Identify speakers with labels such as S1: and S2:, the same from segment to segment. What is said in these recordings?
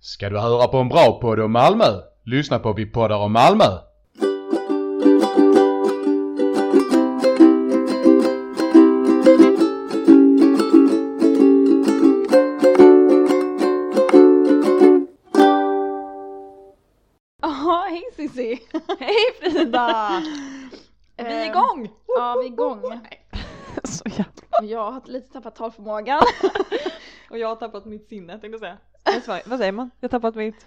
S1: Ska du höra på en bra podd om Malmö? Lyssna på Vi poddar om Malmö.
S2: Jaha, hej Cissi!
S3: Hej Frida! Vi är
S2: Ehm,
S3: igång!
S2: Ja, vi är igång.
S3: Så jävla...
S2: Och Jag har lite tappat talförmågan.
S3: Och jag har tappat mitt sinne tänkte jag säga. Jag svarar- Vad säger man? Jag har tappat mitt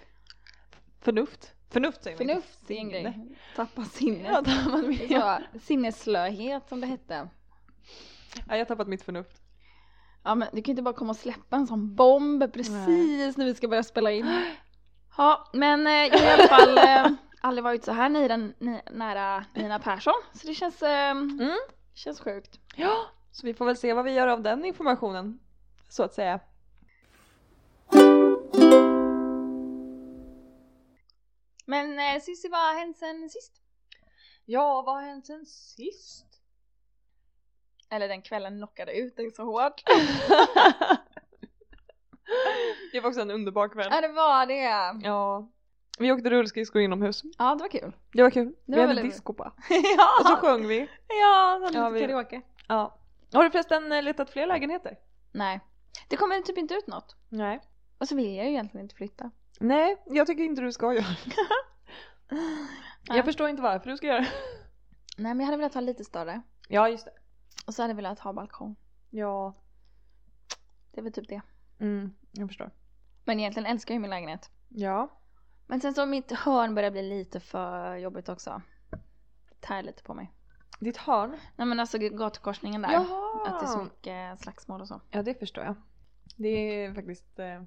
S3: förnuft. Förnuft säger man.
S2: Förnuft är en grej. Tappa
S3: Jag har
S2: sinnet.
S3: tappat
S2: Det är
S3: mitt, ja,
S2: Så, sinnesslöhet som det hette.
S3: jag har tappat mitt förnuft.
S2: Ja men du kan ju inte bara komma och släppa en sån bomb precis när vi ska börja spela in. Ja men eh, jag har i alla fall eh, aldrig varit så här nära, ni- nära Nina Persson så det känns, eh,
S3: Mm.
S2: känns sjukt.
S3: Ja, så vi får väl se vad vi gör av den informationen. Så att säga.
S2: Men eh, Cissi vad har hänt sen sist?
S3: Ja, vad har hänt sen sist?
S2: Eller den kvällen knockade ut dig så hårt.
S3: det var också en underbar kväll.
S2: Ja det var det.
S3: Ja. Vi åkte rullskridskor inomhus.
S2: Ja det var kul.
S3: Det var kul.
S2: var
S3: vi hade
S2: väldigt-
S3: disco på.
S2: ja.
S3: Och så sjöng vi.
S2: Ja, så
S3: Ja,
S2: lite
S3: vi-
S2: karaoke.
S3: Ja. Har du förresten eh, letat fler lägenheter?
S2: Nej. Det kommer typ inte ut något.
S3: Nej.
S2: Och så vill jag ju egentligen inte flytta.
S3: Nej, jag tycker inte du ska göra
S2: Nej.
S3: Jag förstår inte varför du ska göra det.
S2: Nej men jag hade velat ha lite större.
S3: Ja, just det.
S2: Och så hade jag velat ha balkong.
S3: Ja,
S2: Det är väl typ det.
S3: mm, jag förstår.
S2: Men egentligen älskar jag ju min lägenhet.
S3: Ja.
S2: Men sen så mitt hörn börjar bli lite för jobbigt också. Det tär lite på mig.
S3: Ditt hörn.
S2: Nej men alltså gatukorsningen där.
S3: Jaha!
S2: Att det är så mycket slagsmål och så.
S3: Ja, det förstår jag. Det är faktiskt, eh,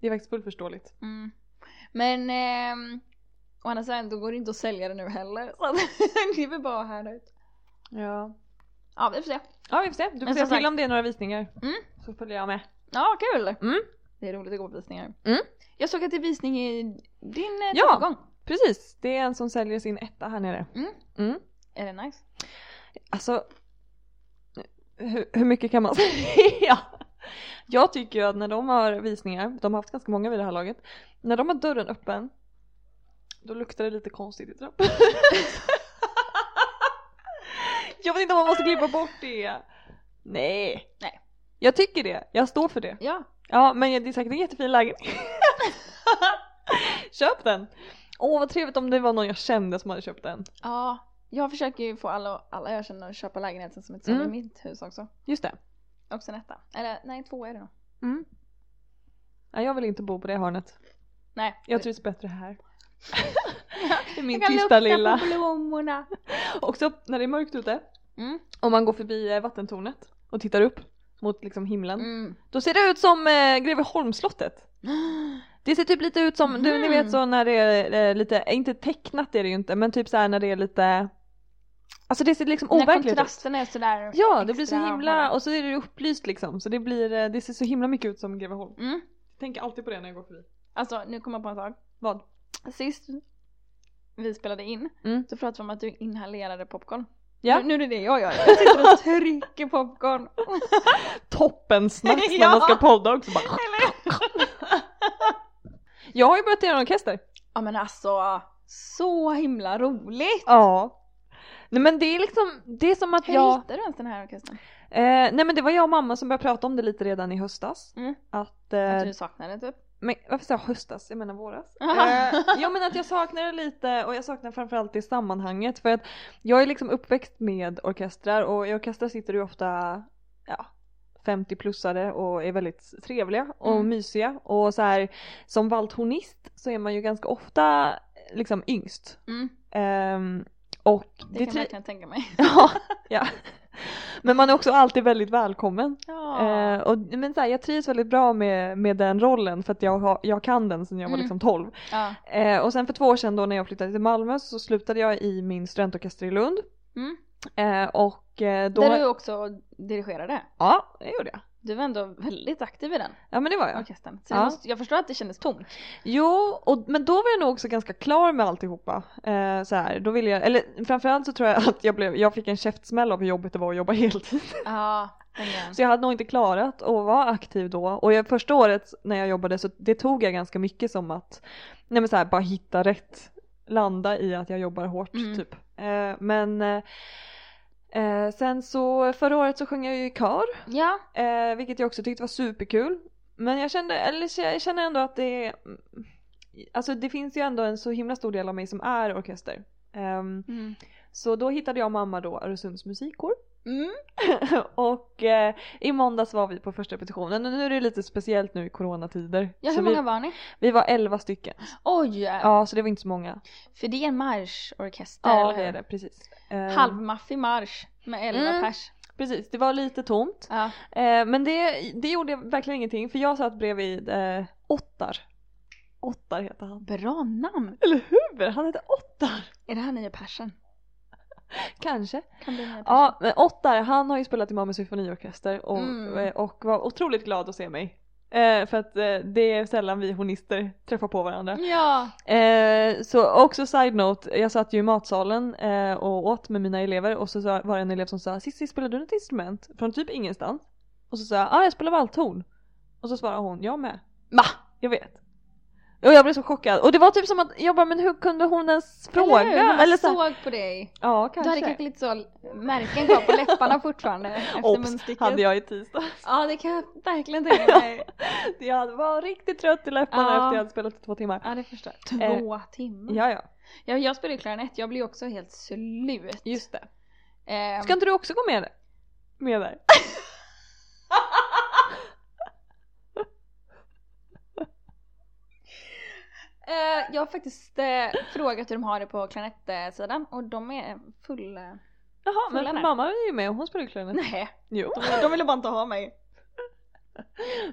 S3: det är faktiskt fullt förståeligt.
S2: Mm. Men ehm, å andra sidan då går det inte att sälja det nu heller. Så att det är väl bara här ut.
S3: Ja.
S2: Ja vi får se.
S3: Ja, vi får se. Du får
S2: Men
S3: se
S2: som
S3: till
S2: sagt-
S3: om det är några visningar.
S2: Mm.
S3: Så följer jag med.
S2: Ja kul!
S3: Mm.
S2: Det är roligt att gå på visningar.
S3: Mm.
S2: Jag såg att det är visning i din eh,
S3: Ja.
S2: tillgång.
S3: Precis, det är en som säljer sin etta här nere.
S2: Mm.
S3: Mm.
S2: Är det nice?
S3: Alltså, hur, hur mycket kan man säga? Jag tycker ju att när de har visningar, de har haft ganska många vid det här laget, när de har dörren öppen, då luktar det lite konstigt i trappan. jag vet inte om man måste klippa bort det. Nej.
S2: Nej.
S3: Jag tycker det, jag står för det.
S2: Ja.
S3: Ja, men det är säkert en jättefin lägenhet. Köp den! Åh vad trevligt om det var någon jag kände som hade köpt den.
S2: Ja. Jag försöker ju få alla, alla jag känner att köpa lägenheten som ett sånt
S3: Mm.
S2: i mitt hus också.
S3: Just det.
S2: Också en etta. Eller nej, två är det nog.
S3: Mm. Nej, jag vill inte bo på det hörnet.
S2: Nej.
S3: Jag trivs bättre här. I min
S2: Jag kan
S3: tysta
S2: lukta
S3: lilla.
S2: på blommorna.
S3: Också när det är mörkt ute,
S2: Mm.
S3: om man går förbi eh, vattentornet och tittar upp mot liksom himlen,
S2: Mm.
S3: då ser det ut som eh, Greveholmsslottet. Det ser typ lite ut som, du, ni
S2: Mhm.
S3: vet så när det är eh, lite, eh, inte tecknat är det ju inte, men typ så här när det är lite, alltså det ser liksom
S2: När
S3: overkligt ut.
S2: kontrasten är sådär.
S3: Ja, det blir så
S2: extra
S3: himla,
S2: hårda.
S3: och så är det upplyst liksom, så det blir, eh, det ser så himla mycket ut som Greveholm.
S2: Mm.
S3: Jag tänker alltid på det när jag går förbi.
S2: Alltså nu kommer jag på en sak.
S3: Vad?
S2: Sist Alltså vi spelade in
S3: Mm.
S2: så pratade vi om att du inhalerade popcorn.
S3: Ja.
S2: Nu, nu är det det jag gör. Jag sitter och trycker popcorn.
S3: toppensnack när
S2: Ja.
S3: man ska podda också bara. Jag har ju börjat göra en orkester.
S2: Ja men alltså, så himla roligt!
S3: Ja. Nej men det är liksom, det är som att
S2: Hur
S3: jag,
S2: hittade du ens den här orkestern?
S3: eh, nej men det var jag och mamma som började prata om det lite redan i höstas.
S2: Mm.
S3: Att, eh,
S2: Att du saknade den, typ?
S3: men varför sa jag höstas? Jag menar våras.
S2: Aha.
S3: eh, jag menar att jag saknar det lite och jag saknar framförallt det sammanhanget för att jag är liksom uppväxt med orkestrar och i orkestrar sitter du ofta, ja, 50-plussare och är väldigt trevliga och
S2: Mm.
S3: mysiga och så här som valthornist så är man ju ganska ofta liksom yngst.
S2: Mm,
S3: Ehm, och
S2: det, kan
S3: det tri- Eh,
S2: jag verkligen tänka mig.
S3: ja, ja. Men man är också alltid väldigt välkommen.
S2: Ja.
S3: Eh, och, men så här, jag trivs väldigt bra med, med den rollen för att jag, har, jag kan den sedan jag var
S2: Mm.
S3: liksom 12.
S2: ja.
S3: Eh, och sen för två år sedan då när jag flyttade till Malmö så slutade jag i min studentorkester i Lund.
S2: Mm.
S3: Eh, och eh, då...
S2: Där du också dirigerade.
S3: Ja, det gjorde jag.
S2: Du var ändå väldigt aktiv i den
S3: Ja men det var jag.
S2: orkestern. Så
S3: Ja.
S2: det måste, jag förstår att det kändes tomt.
S3: Jo, och, men då var jag nog också ganska klar med alltihopa. Eh, så här, då ville jag, eller framförallt så tror jag att jag, blev, jag fick en käftsmäll av hur jobbigt det var att jobba heltid.
S2: Ja. Verkligen.
S3: Så jag hade nog inte klarat att vara aktiv då och jag, första året när jag jobbade så det tog jag ganska mycket som att nej men så här, bara hitta rätt, landa i att jag jobbar hårt
S2: Mm.
S3: typ. Eh, men eh, eh, sen så förra året så sjöng jag ju i kör
S2: Ja,
S3: eh, vilket jag också tyckte var superkul. Men jag kände, eller så jag känner ändå att det är, alltså det finns ju ändå en så himla stor del av mig som är orkester. Ehm,
S2: mm.
S3: så då hittade jag och mamma då Öresunds musikkår
S2: Mm.
S3: och eh, i måndags var vi på första repetitionen och nu är det lite speciellt nu i coronatider.
S2: ja
S3: så
S2: hur många
S3: vi,
S2: var ni?
S3: vi var elva stycken.
S2: Oj!
S3: Ja så det var inte så många.
S2: För det är en marschorkester,
S3: Ja
S2: eller
S3: det
S2: hur?
S3: är det precis.
S2: Eh,
S3: Ehm,
S2: Halvmaffig marsch med 11
S3: Mm.
S2: pers.
S3: Precis, det var lite tomt.
S2: Ja.
S3: Eh, men det, det gjorde verkligen ingenting för jag satt bredvid eh, Ottar. Ottar heter han.
S2: Bra namn!
S3: Eller hur? Han heter Ottar.
S2: Är det här nya persen?
S3: Kanske.
S2: Kan bli nya persen?
S3: Ja, men Ottar han har ju spelat i Malmö symfoniorkester och,
S2: Mm.
S3: eh, och var otroligt glad att se mig. Eh, för att eh, det är sällan vi honister träffar på varandra.
S2: Ja!
S3: Eh, så också side note, jag satt ju i matsalen eh, och åt med mina elever och så sa- var det en elev som sa Cissi spelar du något instrument? Från typ ingenstans. Och så sa jag ah, jag spelar valthorn. Och så svarade hon jag med.
S2: Va?
S3: Jag vet. Och jag blev så chockad. Och det var typ som att jag bara men hur kunde hon ens fråga?
S2: Eller hur? Eller
S3: så här-
S2: såg på dig.
S3: Ja
S2: Du hade
S3: kanske.
S2: kanske lite så märken kvar på läpparna fortfarande efter
S3: Ops,
S2: munstycket.
S3: hade jag i tisdag.
S2: Ja det kan jag verkligen tänka mig.
S3: Jag var riktigt trött i läpparna
S2: Ja.
S3: efter jag hade spelat i två timmar.
S2: Ja det förstår jag. Två timmar.
S3: Ja ja,
S2: Eh, Ja, jag spelar ju klarinett, jag blir ju också helt slut.
S3: just det.
S2: Ehm,
S3: Ska inte du också gå med där? Med där?
S2: eh, jag har faktiskt eh, frågat hur de har det på klarinettsidan och de är fulla...
S3: Jaha,
S2: Fulla
S3: men
S2: där.
S3: mamma är ju med och hon spelar ju klarinett.
S2: Nej,
S3: Jo.
S2: de ville bara inte ha mig.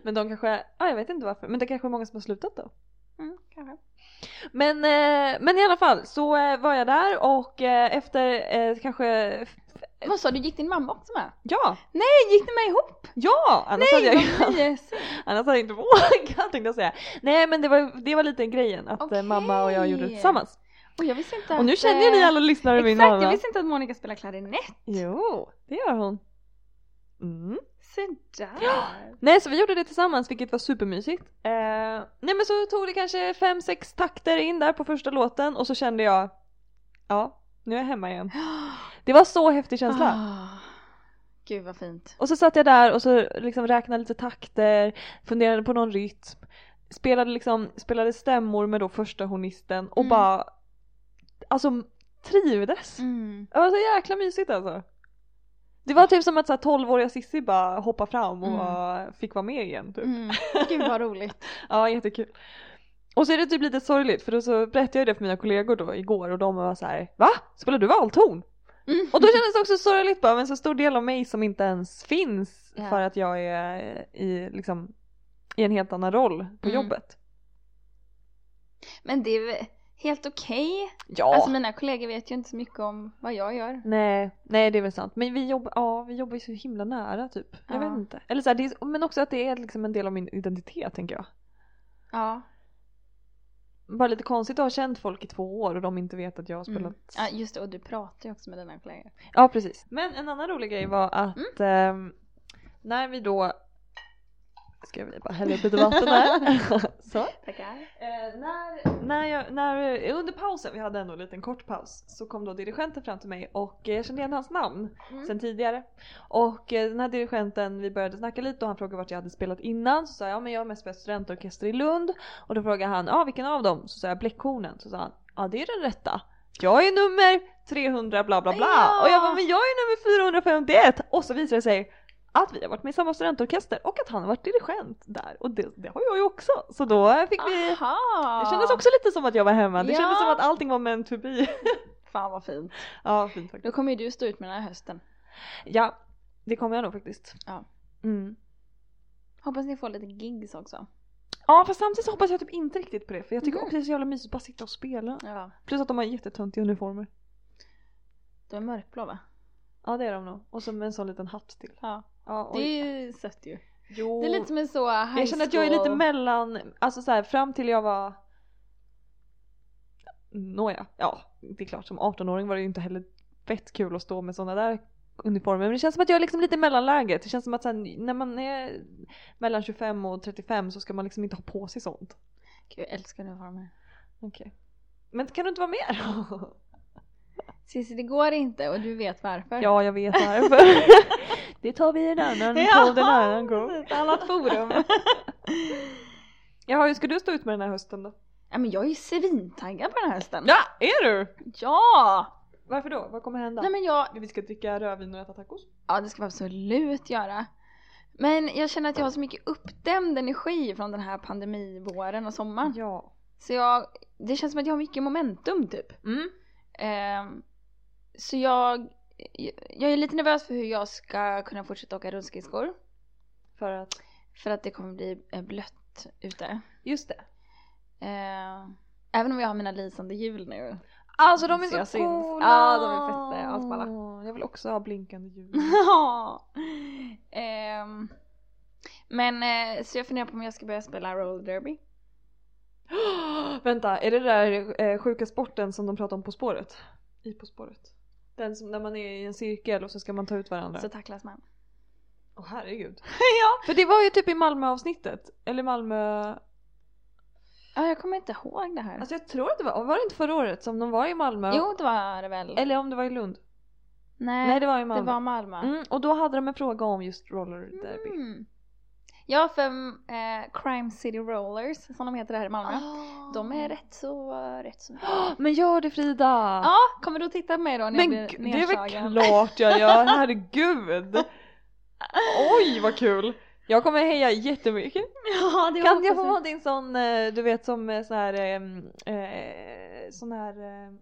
S3: Men de kanske, ja ah, jag vet inte varför, men det kanske är många som har slutat då.
S2: Mm, kanske.
S3: Men, eh, men i alla fall så eh, var jag där och eh, efter eh, kanske,
S2: Vad sa du, gick din mamma också med?
S3: ja,
S2: Nej, gick ni med ihop?
S3: ja! Annars hade jag
S2: Nej,
S3: ju
S2: vad mysigt!
S3: Annars hade jag inte vågat tänkte jag säga. Nej men det var, det var lite grejen att eh,
S2: Okej.
S3: mamma och jag gjorde det tillsammans.
S2: Och jag visste inte
S3: Och nu
S2: att,
S3: känner ju ni
S2: eh,
S3: alla lyssnare min
S2: Exakt, jag
S3: mamma.
S2: visste inte att Monica spelar klarinett.
S3: Jo, det gör hon. Mm.
S2: Se där!
S3: Nej så vi gjorde det tillsammans vilket var supermysigt. Eh, nej men så tog det kanske fem, sex takter in där på första låten och så kände jag ja, nu är jag hemma igen. Det var så häftig känsla.
S2: Ah, Gud vad fint.
S3: Och så satt jag där och så liksom räknade lite takter, funderade på någon rytm, spelade, liksom, spelade stämmor med då första hornisten och
S2: Mm.
S3: bara alltså trivdes. Det var så jäkla mysigt alltså. Det var typ som att så här 12-åriga Cissi bara hoppade fram och
S2: Mm.
S3: bara fick vara med igen typ.
S2: Mm. Gud vad roligt.
S3: Ja jättekul. Och så är det typ lite sorgligt för då så berättade jag det för mina kollegor då igår och de var så här: va? Spelar du valthorn?
S2: Mm.
S3: Och då kändes det också sorgligt bara, men så stor del av mig som inte ens finns
S2: Ja.
S3: för att jag är i, liksom, i en helt annan roll på
S2: Mm.
S3: jobbet.
S2: Men det är väl helt okej.
S3: Ja!
S2: Alltså mina kollegor vet ju inte så mycket om vad jag gör.
S3: nej, nej det är väl sant. Men vi jobbar, ja, vi jobbar ju så himla nära typ. Jag
S2: Ja.
S3: vet inte. Eller så här, det är, men också att det är liksom en del av min identitet tänker jag.
S2: Ja,
S3: Bara lite konstigt att ha känt folk i två år och de inte vet att jag har spelat.
S2: mm. ja just det och du pratar ju också med dina kollegor.
S3: Ja precis. Mm. Men en annan rolig grej var att ehm, när vi då... Ska vi bara hälla upp lite vatten här. så.
S2: Tackar.
S3: Eh, när, när jag, när, eh, under pausen, vi hade ändå en liten kort paus, så kom då dirigenten fram till mig och eh, jag kände igen hans namn
S2: Mm.
S3: sen tidigare. Och eh, den här dirigenten, vi började snacka lite och han frågade vart jag hade spelat innan. Så sa jag, ja men jag har mest spelat studentorkester i Lund. Och då frågade han, ja vilken av dem? Så sa jag bläckhornen. Så sa han, ja det är den rätta. Jag är nummer 300 bla bla bla.
S2: Ja.
S3: Och jag bara, men jag är nummer 451. Och så visade det sig att vi har varit med i samma studentorkester och att han har varit dirigent där. Och det, det har jag ju också. Så då eh, fick vi
S2: Aha!
S3: det kändes också lite som att jag var hemma. Det
S2: Ja.
S3: kändes som att allting var meant to be.
S2: Fan vad fint.
S3: Ja, fint faktiskt.
S2: Då kommer ju du stå ut med den här hösten.
S3: Ja, det kommer jag nog faktiskt.
S2: Ja.
S3: Mm.
S2: Hoppas ni får lite gigs också.
S3: Ja fast samtidigt så hoppas jag typ inte riktigt på det för jag tycker
S2: Mhm.
S3: också det är så jävla mysigt att bara sitta och spela.
S2: Ja.
S3: Plus att de har jättetöntiga uniformer.
S2: Du är mörkblå va?
S3: Ja det är de nog. Och så med en sån liten hatt till.
S2: Ja.
S3: Ja,
S2: Det
S3: oj.
S2: är ju sött ju.
S3: jo.
S2: Det är lite som en så high
S3: jag känner att jag är lite
S2: school-
S3: mellan, alltså så här, fram till jag var Nåja, ja det är klart som 18-åring var det ju inte heller fett kul att stå med såna där uniformer. Men det känns som att jag är liksom lite i mellanläget. Det känns som att sen, när man är mellan 25 och 35 så ska man liksom inte ha på sig sånt.
S2: Gud, jag älskar uniformer.
S3: Okej. Men kan du inte vara med då?
S2: Cissi, det går inte och du vet varför.
S3: Ja, jag vet varför. det tar vi i en annan podd en annan gång.
S2: Ett annat forum.
S3: Jaha, hur ska du stå ut med den här hösten då?
S2: ja, men jag är ju svintaggad på den här hösten.
S3: Ja, är du?
S2: Ja!
S3: Varför då? Vad kommer hända?
S2: Nej men jag,
S3: Vi ska dricka rödvin och äta tacos.
S2: ja det ska vi absolut göra. Men jag känner att jag har så mycket uppdämd energi från den här pandemivåren och sommaren.
S3: Ja.
S2: Så jag, det känns som att jag har mycket momentum typ.
S3: Mm.
S2: Ehm, så jag, jag är lite nervös för hur jag ska kunna fortsätta åka rundskridskor.
S3: För att...
S2: För att det kommer bli eh, blött ute.
S3: Just det.
S2: Ehm, även om jag har mina lysande hjul nu.
S3: Alltså de är
S2: Så
S3: så,
S2: jag syns.
S3: coola!
S2: Ja, de är
S3: eh,
S2: feta, jag asballar.
S3: Jag vill också ha blinkande ljus.
S2: Ja. Ehm, men eh, så jag funderar på om jag ska börja spela roller derby.
S3: Vänta, är det där eh, sjuka sporten som de pratar om På spåret? I På spåret? Den som, när man är i en cirkel och så ska man ta ut varandra.
S2: Så tacklas man.
S3: Åh herregud.
S2: ja.
S3: För det var ju typ i Malmö avsnittet. Eller Malmö...
S2: ja, jag kommer inte ihåg det här.
S3: Alltså jag tror att det var, var det inte förra året som de var i Malmö?
S2: Jo det var det väl.
S3: Eller om det var i Lund?
S2: Nej,
S3: Eh, Nej det var i
S2: det
S3: Malmö.
S2: var Malmö.
S3: Mm, och då hade de en fråga om just roller derby.
S2: Mm. Ja för eh, Crime City Rollers som de heter här i Malmö.
S3: Ah.
S2: De är rätt så, rätt så
S3: Men gör det Frida!
S2: Ja, kommer du att titta på mig då när
S3: Men
S2: jag
S3: gud,
S2: blir
S3: det är väl
S2: nedslagen?
S3: klart jag gör, herregud! Oj vad kul! Jag kommer heja jättemycket.
S2: Ja, det
S3: Kan
S2: hoppas
S3: jag få vara din sån, eh, du vet som eh, sån här, ehm, eh, sån här, ehm,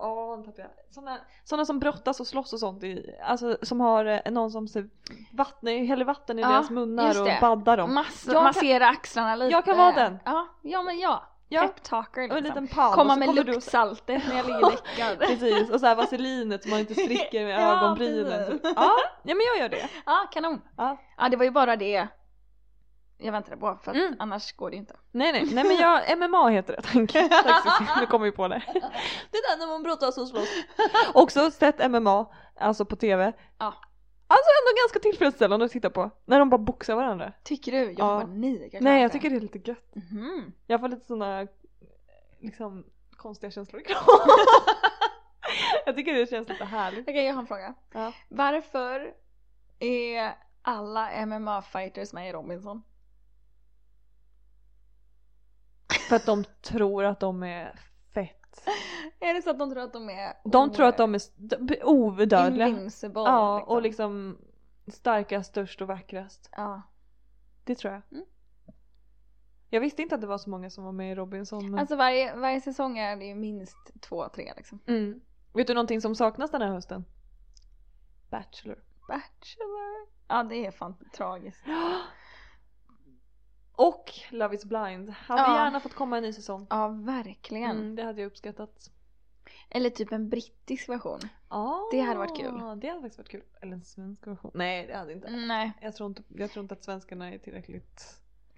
S3: åh nu tappade jag, såna, såna som brottas och slåss och sånt i, alltså som har eh, någon som ser vatten, häller vatten i
S2: Ja,
S3: deras munnar
S2: just
S3: och
S2: det.
S3: baddar dem.
S2: Mass-
S3: Jag kan-
S2: massera axlarna lite.
S3: Jag kan vara den.
S2: Ja, ja men ja.
S3: Ja,
S2: Peptalker
S3: och
S2: liksom.
S3: en liten pall. och
S2: Komma
S3: så
S2: med
S3: kommer du och-
S2: luktsaltet när jag ligger läckad.
S3: Precis, och så här vaselinet som man inte spricker med
S2: Ja,
S3: ögonbrynen.
S2: precis.
S3: typ. Ja, ja men jag gör det.
S2: Ja, kanon.
S3: Ja.
S2: Ja, det var ju bara det jag väntade på för att
S3: Mm.
S2: annars går det ju inte.
S3: Nej nej, nej men jag, MMA heter det tanken. Tack Cissi, nu kommer vi på det. Det där när man brottas och slåss. Också sett MMA, alltså på TV.
S2: Ja.
S3: Alltså ändå ganska tillfredsställande att titta på. När de bara boxar varandra.
S2: Tycker du? Jag får
S3: Ja.
S2: panik. jag klarar
S3: nej jag
S2: inte.
S3: tycker det är lite gött.
S2: Mhm.
S3: Jag får lite sådana liksom konstiga känslor i kroppen. Jag tycker det känns lite härligt.
S2: Okej, jag har en fråga.
S3: Ja.
S2: Varför är alla MMA-fighters med i Robinson?
S3: För att de tror att de är fett.
S2: Är det så att de tror att de är
S3: De tror att de är st- overdödliga.
S2: invincible?
S3: Ja, och liksom starkast, störst och vackrast.
S2: Ja.
S3: Det tror jag.
S2: Mm.
S3: Jag visste inte att det var så många som var med i Robinson. Men...
S2: Alltså varje, varje säsong är det ju minst två, tre liksom.
S3: Mm. Vet du någonting som saknas den här hösten? Bachelor.
S2: Bachelor. Ja det är fan tragiskt.
S3: Och Love is blind. Hade
S2: Ja.
S3: gärna fått komma en ny säsong.
S2: Ja verkligen.
S3: Mm, det hade jag uppskattat.
S2: Eller typ en brittisk version.
S3: Ah,
S2: Det hade varit kul.
S3: Det hade faktiskt varit kul. Mm. Eller en svensk version. Nej det hade inte.
S2: Nej,
S3: Jag, tror inte. jag tror inte att svenskarna är tillräckligt...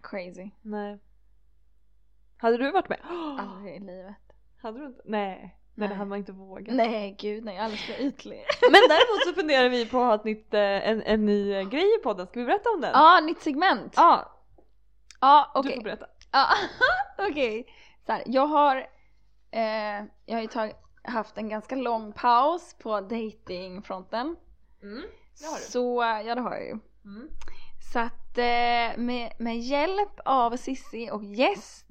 S2: crazy.
S3: Nej. Hade du varit med?
S2: Aldrig i livet.
S3: Hade du inte? Nej. Ah. Nej. det
S2: Nej.
S3: hade man inte vågat.
S2: Nej gud nej, jag är alldeles för ytlig.
S3: Men däremot så funderar vi på att ha ett nytt, eh, en, en ny eh, grej i podden. Ska vi berätta om den?
S2: Ja, nytt segment. Ja,
S3: Ja, du
S2: okej.
S3: får berätta.
S2: Ja, okej. Så här, jag har, eh, jag har ju tag- haft en ganska lång paus på datingfronten.
S3: Mm. Det har du. Mm.
S2: Så, ja det har jag ju. Så att eh, med, med hjälp av Sissi och gäst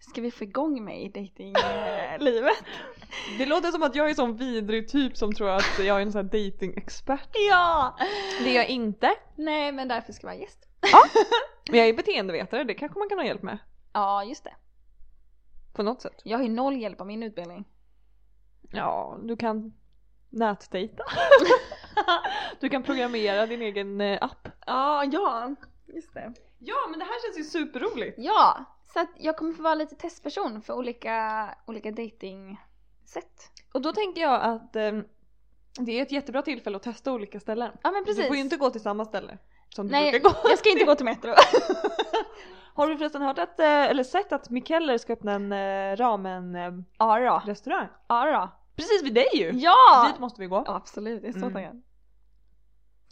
S2: ska vi få igång mig i datinglivet.
S3: Det låter som att jag är en sån vidrig typ som tror att jag är en sån här datingexpert.
S2: ja!
S3: Det är jag inte.
S2: Nej men därför ska vi ha gäst.
S3: Men jag är beteendevetare, det kanske man kan ha hjälp med.
S2: Ja just det.
S3: På något sätt.
S2: Jag har ju noll hjälp av min utbildning.
S3: Ja, du kan nätdejta. du kan programmera din egen eh, app.
S2: Ja, ja. Just det.
S3: Ja, men det här känns ju superroligt.
S2: Ja, så att jag kommer få vara lite testperson för olika, olika datingsätt.
S3: Och då tänker jag att eh, det är ett jättebra tillfälle att testa olika ställen.
S2: Ja men precis.
S3: Du får ju inte gå till samma ställe som du
S2: Nej,
S3: brukar gå.
S2: jag ska inte gå till Metro.
S3: Har du förresten hört att, eh, eller sett att Mikeller ska öppna en eh, ramen-restaurang?
S2: Ja då. Ja då.
S3: Precis vid dig ju!
S2: Ja!
S3: Dit måste vi gå.
S2: Ja absolut, jag är så
S3: Mm.
S2: taggad. gött,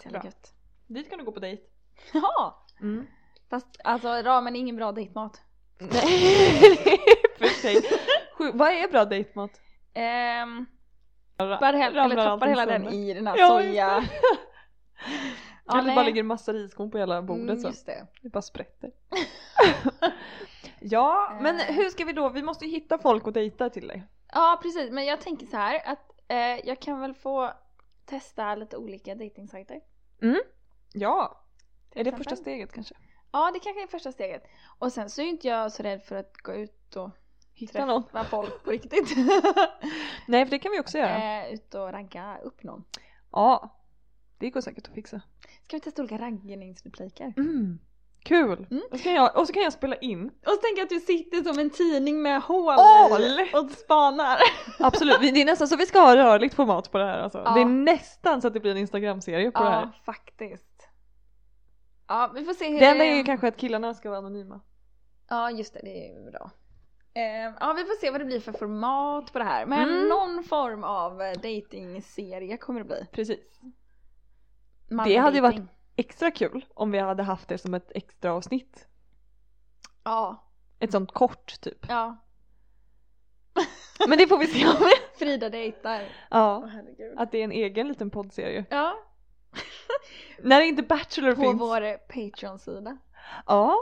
S2: eller
S3: Bra.
S2: gött.
S3: Dit kan du gå på dejt.
S2: Ja!
S3: Mm.
S2: Fast alltså ramen är ingen bra dejtmat.
S3: För sig. Sju- Vad är bra dejtmat?
S2: Ehm, tappar hel- eller
S3: ramlar
S2: tappar
S3: allting
S2: hela den
S3: sönder.
S2: i den här
S3: Ja, just
S2: soja... Ja,
S3: Eller
S2: nej.
S3: bara ligger en massa riskorn på hela bordet
S2: Mm,
S3: så.
S2: Just det.
S3: Det bara sprätter. ja, men
S2: Eh.
S3: hur ska vi då? Vi måste ju hitta folk att dejta till dig.
S2: Ja precis, men jag tänker så här att eh, jag kan väl få testa lite olika dejtingsajter.
S3: Ja. Är det
S2: exempel?
S3: första steget kanske?
S2: Ja det kanske är första steget. Och sen så är ju inte jag så rädd för att gå ut och
S3: Hitta någon.
S2: träffa folk på riktigt.
S3: Nej, för det kan vi också göra.
S2: eh, ut och ranka upp någon.
S3: Ja. Det går säkert att fixa.
S2: Ska vi testa olika raggningsrepliker?
S3: Mm. Kul!
S2: Mm.
S3: Och, så kan jag, och så kan jag spela in.
S2: Och så tänker jag att du sitter som en tidning med hål
S3: Åh,
S2: i
S3: lätt!
S2: och spanar.
S3: Absolut, vi- det är nästan så vi ska ha rörligt format på det här alltså.
S2: Ja.
S3: Det är nästan så att det blir en Instagram-serie på det här.
S2: Ja faktiskt. Ja vi får se hur
S3: Det enda är ju kanske att killarna ska vara anonyma.
S2: Ja just det, det är ju bra. Eh, ja vi får se vad det blir för format på det här. Men
S3: Mm.
S2: någon form av eh, datingserie kommer det bli.
S3: Precis.
S2: Manlig
S3: Det hade ju varit-
S2: dating.
S3: Extra kul om vi hade haft det som ett extra avsnitt.
S2: Ja,
S3: Ett sånt kort typ.
S2: ja.
S3: Men det får vi se om.
S2: Frida dejtar.
S3: Ja.
S2: Åh, herregud.
S3: Att det är en egen liten poddserie.
S2: Ja,
S3: När inte Bachelor
S2: på
S3: finns.
S2: vår Patreon-sida.
S3: Ja.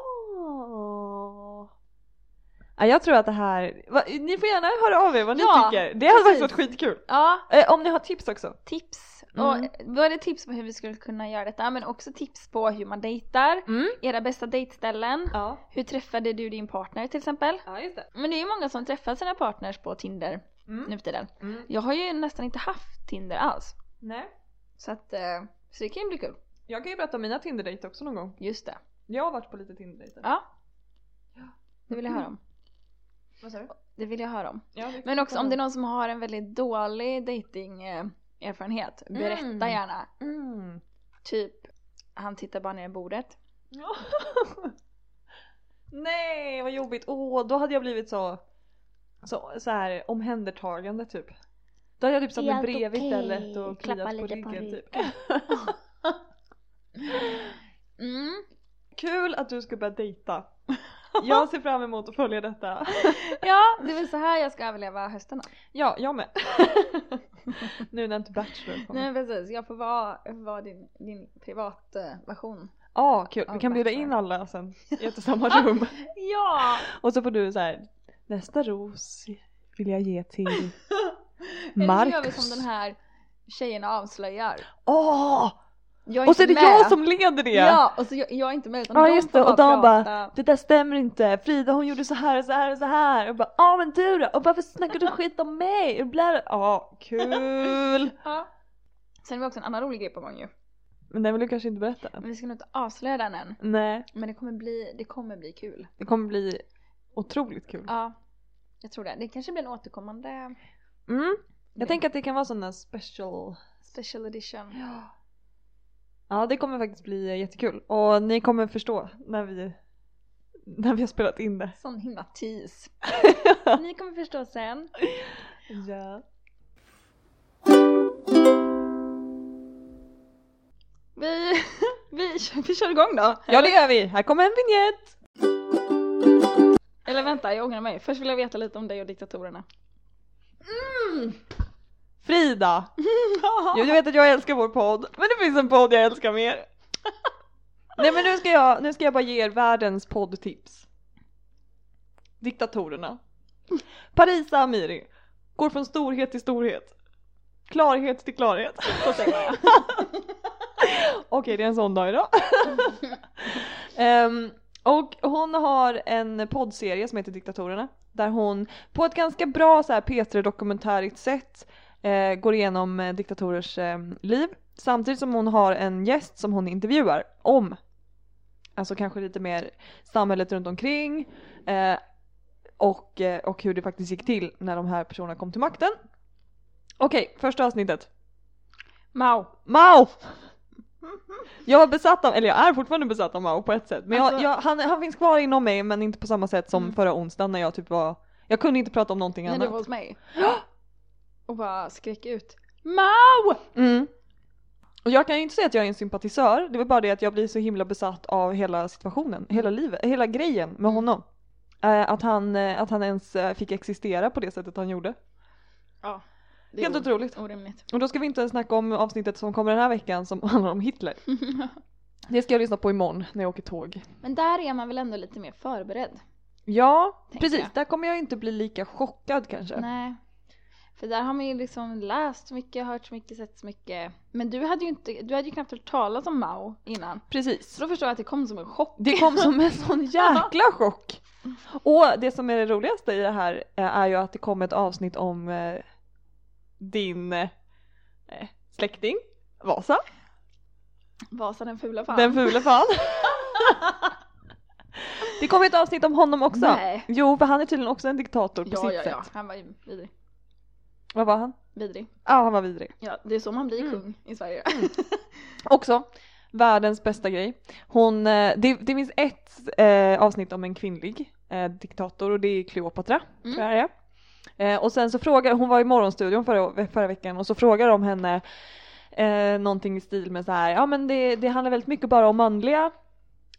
S3: Ja, jag tror att det här, va, ni får gärna höra av er vad ni
S2: Ja,
S3: tycker. Det hade faktiskt varit
S2: precis.
S3: skitkul.
S2: Ja,
S3: Eh, om ni har tips också.
S2: tips.
S3: Mm.
S2: Och eh, då är det tips på hur vi skulle kunna göra detta men också tips på hur man dejtar.
S3: Mm.
S2: Era bästa dejtställen.
S3: Ja.
S2: Hur träffade du din partner till exempel?
S3: Ja just det.
S2: Men det är ju många som träffar sina partners på Tinder
S3: Mm.
S2: nu för tiden.
S3: Mm.
S2: Jag har ju nästan inte haft Tinder alls.
S3: Nej.
S2: Så att, eh, så det kan ju bli kul.
S3: Jag kan ju berätta om mina Tinder-dejter också någon gång.
S2: Just det.
S3: Jag har varit på lite Tinder-dejter.
S2: Ja. Det vill jag höra om.
S3: Vad sa du?
S2: Det vill jag höra om.
S3: Ja, det-
S2: Men också om det är någon som har en väldigt dålig dating eh, erfarenhet. Berätta
S3: Mm.
S2: gärna.
S3: Mm.
S2: Typ, han tittar bara ner i bordet.
S3: Ja. Nej vad jobbigt. Åh då hade jag blivit så, så, så här omhändertagande typ. Då hade jag typ satt mig
S2: Helt
S3: bredvid
S2: okej.
S3: istället och
S2: Klappa
S3: kliat på
S2: lite på
S3: ryggen typ.
S2: Mm.
S3: Kul att du ska börja dejta. Jag ser fram emot att följa detta.
S2: Ja, det är väl så här jag ska överleva hösten då.
S3: Ja, jag med. nu när inte Bachelor kommer.
S2: Nej precis, jag får vara, jag får vara din, din privatversion.
S3: Ja, kul. Vi
S2: Ja,
S3: kan bjuda
S2: Bachelor.
S3: in alla sen i ett och samma rum.
S2: Ja!
S3: Och så får du så här. nästa ros vill jag ge till
S2: Eller så gör vi som
S3: Marcus.
S2: den här tjejerna avslöjar.
S3: Åh!
S2: Jag
S3: Och så är det
S2: inte
S3: jag
S2: med.
S3: som leder det!
S2: Ja, och så jag, jag är inte med utan
S3: Ja,
S2: de
S3: just
S2: får
S3: det. Och de
S2: prata.
S3: bara det där stämmer inte, Frida hon gjorde så här och så här och så här och bara ja men du då och varför snackar du skit om mig? Och bla- Ja, kul!
S2: Ja. Sen har vi också en annan rolig grej på gång ju.
S3: Men den vill du kanske inte berätta?
S2: Men vi ska nog inte avslöja den än.
S3: Nej,
S2: Men det kommer bli, det kommer bli kul.
S3: det kommer bli otroligt kul.
S2: Ja, jag tror det. Det kanske blir en återkommande
S3: Mm. Jag
S2: grej.
S3: tänker att det kan vara sådana special
S2: special edition.
S3: Ja. Ja det kommer faktiskt bli eh, jättekul och ni kommer förstå när vi, när vi har spelat in det.
S2: Sån himla tease. Ni kommer förstå sen.
S3: Ja.
S2: Vi, vi, kör- vi kör igång då.
S3: ja det gör vi, här kommer en vignett!
S2: Eller vänta, jag ångrar mig. Först vill jag veta lite om dig och diktatorerna.
S3: Frida! Jag vet att jag älskar vår podd men det finns en podd jag älskar mer. Nej men nu ska jag, nu ska jag bara ge er världens poddtips. Diktatorerna. Parisa Amiri. Går från storhet till storhet. Klarhet till klarhet.
S2: Så säger jag.
S3: Okej, det är en sån dag idag. Ehm, och hon har en poddserie som heter Diktatorerna. Där hon på ett ganska bra så här P3-dokumentärigt sätt eh, går igenom eh, diktatorers eh, liv. Samtidigt som hon har en gäst som hon intervjuar om. Alltså kanske lite mer samhället runt omkring. Eh, och, eh, och hur det faktiskt gick till när de här personerna kom till makten. Okej, första avsnittet.
S2: Mao.
S3: Mao! Jag var besatt av, eller jag är fortfarande besatt av Mao på ett sätt. Men jag,
S2: Alltså-
S3: jag, han, han finns kvar inom mig men inte på samma sätt som
S2: Mm.
S3: förra onsdagen när jag typ var, jag kunde inte prata om någonting
S2: När
S3: annat.
S2: du var hos mig. Och bara skrek ut. Mao!
S3: Mm. Och jag kan ju inte säga att jag är en sympatisör, det var bara det att jag blir så himla besatt av hela situationen, hela livet, hela grejen med
S2: Mm.
S3: honom. Eh, Att han, eh, att han ens eh, fick existera på det sättet han gjorde.
S2: Ja. Det är
S3: Helt
S2: o-
S3: otroligt.
S2: Orimligt.
S3: Och då ska vi inte ens snacka om avsnittet som kommer den här veckan som handlar om Hitler. Det ska jag lyssna på imorgon när jag åker tåg.
S2: Men där är man väl ändå lite mer förberedd?
S3: Ja,
S2: Tänker
S3: precis.
S2: jag.
S3: Där kommer jag inte bli lika chockad kanske.
S2: Nej. För där har man ju liksom läst så mycket, hört så mycket, sett så mycket. Men du hade ju, inte, du hade ju knappt hört talas om Mao innan.
S3: Precis.
S2: Så då förstår jag att det kom som en chock.
S3: Det kom som en sån jäkla chock. Och det som är det roligaste i det här eh, är ju att det kom ett avsnitt om eh, din eh, släkting Vasa,
S2: Vasa den fula fan.
S3: den fule fan. det kom ett avsnitt om honom också.
S2: Nej.
S3: Jo, för han är tydligen också en diktator på
S2: Ja,
S3: sitt
S2: ja, ja.
S3: sätt.
S2: Han var ju vidrig.
S3: Vad var han?
S2: vidrig.
S3: Ja, han var vidrig.
S2: Ja, det är så man blir
S3: Mm.
S2: kung i Sverige.
S3: Också världens bästa grej. Hon, eh, det, det finns ett eh, avsnitt om en kvinnlig eh, diktator och det är Kleopatra.
S2: Mm.
S3: Tror jag det är. Eh, och sen så frågar, hon var i morgonstudion förra, förra veckan och så frågar de henne eh, någonting i stil med så här, ja men det, det handlar väldigt mycket bara om manliga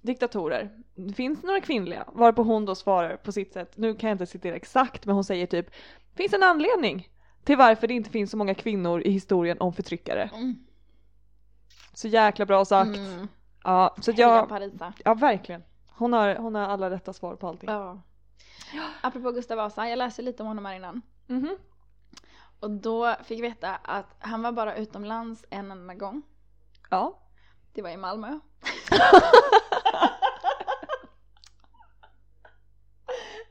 S3: diktatorer. Finns det några kvinnliga? Varpå hon då svarar på sitt sätt, nu kan jag inte citera exakt men hon säger typ, finns en anledning till varför det inte finns så många kvinnor i historien om förtryckare.
S2: Mm.
S3: Så jäkla bra sagt.
S2: Mm.
S3: Ja, så att
S2: Heja
S3: jag,
S2: Parisa.
S3: ja verkligen. Hon har, hon har alla rätta svar på allting.
S2: Ja. Apropå Gustav Vasa, jag läste lite om honom här innan.
S3: Mhm.
S2: Och då fick jag veta att han var bara utomlands en enda gång.
S3: Ja.
S2: Det var i Malmö.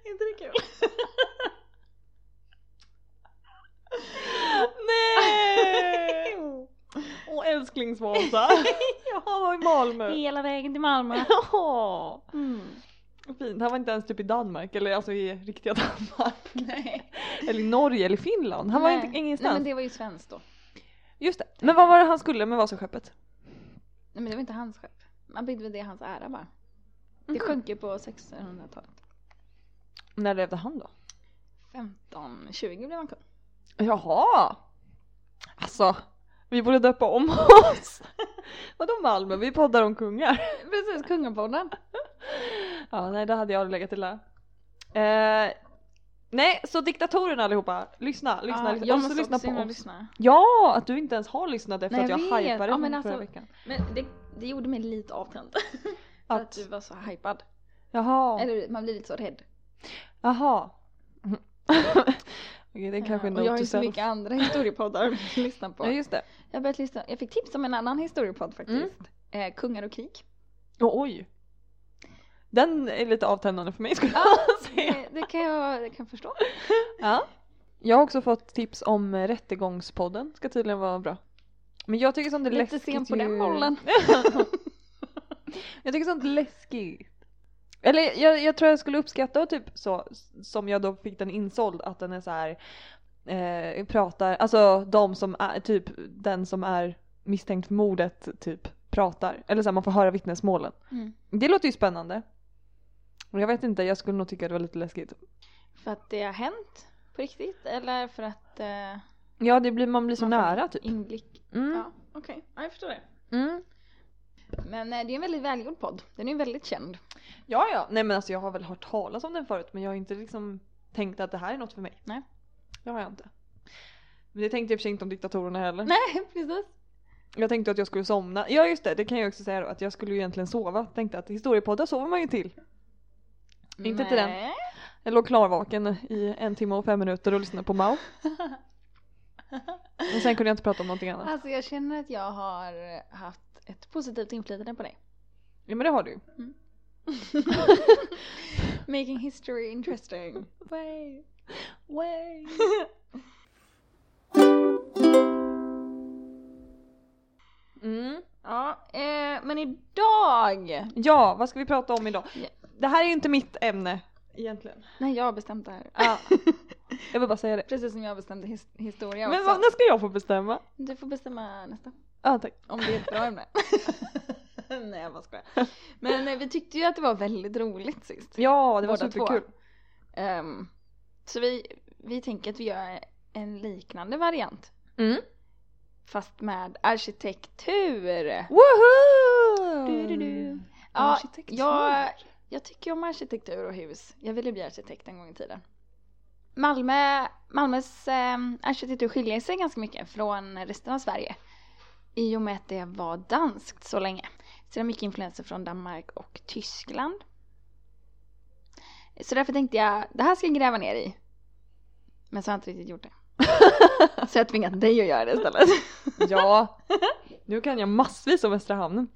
S2: inte det kul?
S3: Nej! Åh älsklingsvasa. ja, han var i Malmö.
S2: Hela vägen till Malmö.
S3: Åh,
S2: Mm.
S3: fint. Han var inte ens typ i Danmark, eller alltså i riktiga Danmark.
S2: Nej.
S3: Eller i Norge eller Finland. Han var
S2: Nej.
S3: inte ingenstans.
S2: Nej men det var ju svenskt då.
S3: Just det. Men vad var det han skulle med Vasaskeppet?
S2: Nej men det var inte hans skepp. Man byggde väl det i hans ära bara.
S3: Mhm.
S2: Det sjönk ju på 1600-talet.
S3: När levde han då?
S2: 15, 20 blev han kung.
S3: Jaha! Alltså, vi borde döpa om oss. Vadå Malmö? Vi poddar om kungar.
S2: Precis, kungapodden.
S3: Ja, nej, det hade jag legat illa. Eh, nej, så diktatorerna allihopa, lyssna, lyssna,
S2: Ja,
S3: lyssna.
S2: Ah, jag
S3: Och så
S2: måste
S3: lyssna
S2: också
S3: på
S2: in och
S3: oss.
S2: lyssna.
S3: Ja, att du inte ens har lyssnat efter
S2: Nej,
S3: att
S2: jag
S3: jag
S2: vet.
S3: hypade
S2: Ja,
S3: den
S2: men
S3: förra
S2: alltså-
S3: veckan.
S2: Men det, det gjorde mig lite avtänd. Att, att
S3: Att,
S2: du var så hypad.
S3: jaha,
S2: Eller man blir lite så rädd.
S3: jaha. Mhm. Okej, det är kanske
S2: Ja,
S3: är
S2: Eh,
S3: note
S2: och jag har
S3: to
S2: ju så
S3: self.
S2: mycket andra historiepoddar att lyssna
S3: Ja,
S2: på.
S3: just det.
S2: Jag, har börjat lyssna. jag fick tips om en annan historiepodd
S3: Mm.
S2: faktiskt. Eh, Kungar och krig.
S3: Åh, oj. Den är lite avtändande för mig skulle jag säga.
S2: Eh, Det, det, kan jag, det kan jag förstå.
S3: Ja. Jag har också fått tips om eh, Rättegångspodden, ska tydligen vara bra. Men jag tycker sånt är
S2: Lite
S3: läskigt
S2: sen på den
S3: ju-
S2: bollen.
S3: Jag tycker sånt är läskigt. Eller jag, jag tror jag skulle uppskatta typ så, som jag då fick den insåld, att den är så här eh, pratar, alltså de som är, typ den som är misstänkt för mordet typ pratar. Eller så här, man får höra vittnesmålen.
S2: Mm.
S3: Det låter ju spännande. Och jag vet inte, jag skulle nog tycka det var lite läskigt.
S2: För att det har hänt på riktigt eller för att eh,
S3: Ja, det blir, man blir så
S2: Man får
S3: nära typ.
S2: inblick?
S3: Mm.
S2: Ja, okej. Ja, jag förstår det.
S3: Mm.
S2: Men eh, det är en väldigt välgjord podd. Den är ju väldigt känd.
S3: Ja, ja. Nej men alltså jag har väl hört talas om den förut men jag har inte liksom tänkt att det här är något för mig.
S2: Nej.
S3: Det har jag inte. Men det tänkte jag i och för sig inte om diktatorerna heller.
S2: Nej, precis.
S3: Jag tänkte att jag skulle somna. Ja just det, det kan jag också säga då att jag skulle ju egentligen sova. Tänkte att historiepoddar sover man ju till. Inte till den.
S2: Nej.
S3: Jag låg klarvaken i en timme och fem minuter och lyssnade på Mao. Och sen kunde jag inte prata om någonting annat.
S2: Alltså jag känner att jag har haft ett positivt inflytande på dig.
S3: Ja men det har du ju.
S2: Making history interesting.
S3: Way. Way. Mm.
S2: Ja, eh, men idag!
S3: Ja, vad ska vi prata om idag?
S2: Ja.
S3: Det här är ju inte mitt ämne egentligen.
S2: Nej, jag har bestämt det här.
S3: Ja. Jag vill bara säga det.
S2: Precis som jag bestämde his- historia
S3: Men
S2: också.
S3: vad, när ska jag få bestämma?
S2: Du får bestämma nästa.
S3: Ja, tack.
S2: Om det är ett bra ämne. Nej, jag bara skojar. Men eh, vi tyckte ju att det var väldigt roligt sist.
S3: Ja, det var
S2: Båda två.
S3: superkul.
S2: Ehm, så vi, vi tänker att vi gör en liknande variant.
S3: Mm.
S2: Fast med arkitektur.
S3: Woho!
S2: Du, du, du. Ja,
S3: Arkitektur.
S2: jag, jag tycker om arkitektur och hus. Jag ville bli arkitekt en gång i tiden. Malmö, Malmös eh, arkitektur skiljer sig ganska mycket från resten av Sverige. I och med att det var danskt så länge. Så det är mycket influenser från Danmark och Tyskland. Så därför tänkte jag, det här ska jag gräva ner i. Men så har jag inte riktigt gjort det. så jag har tvingat dig att göra det istället.
S3: Ja, nu kan jag massvis om Västra Hamnen.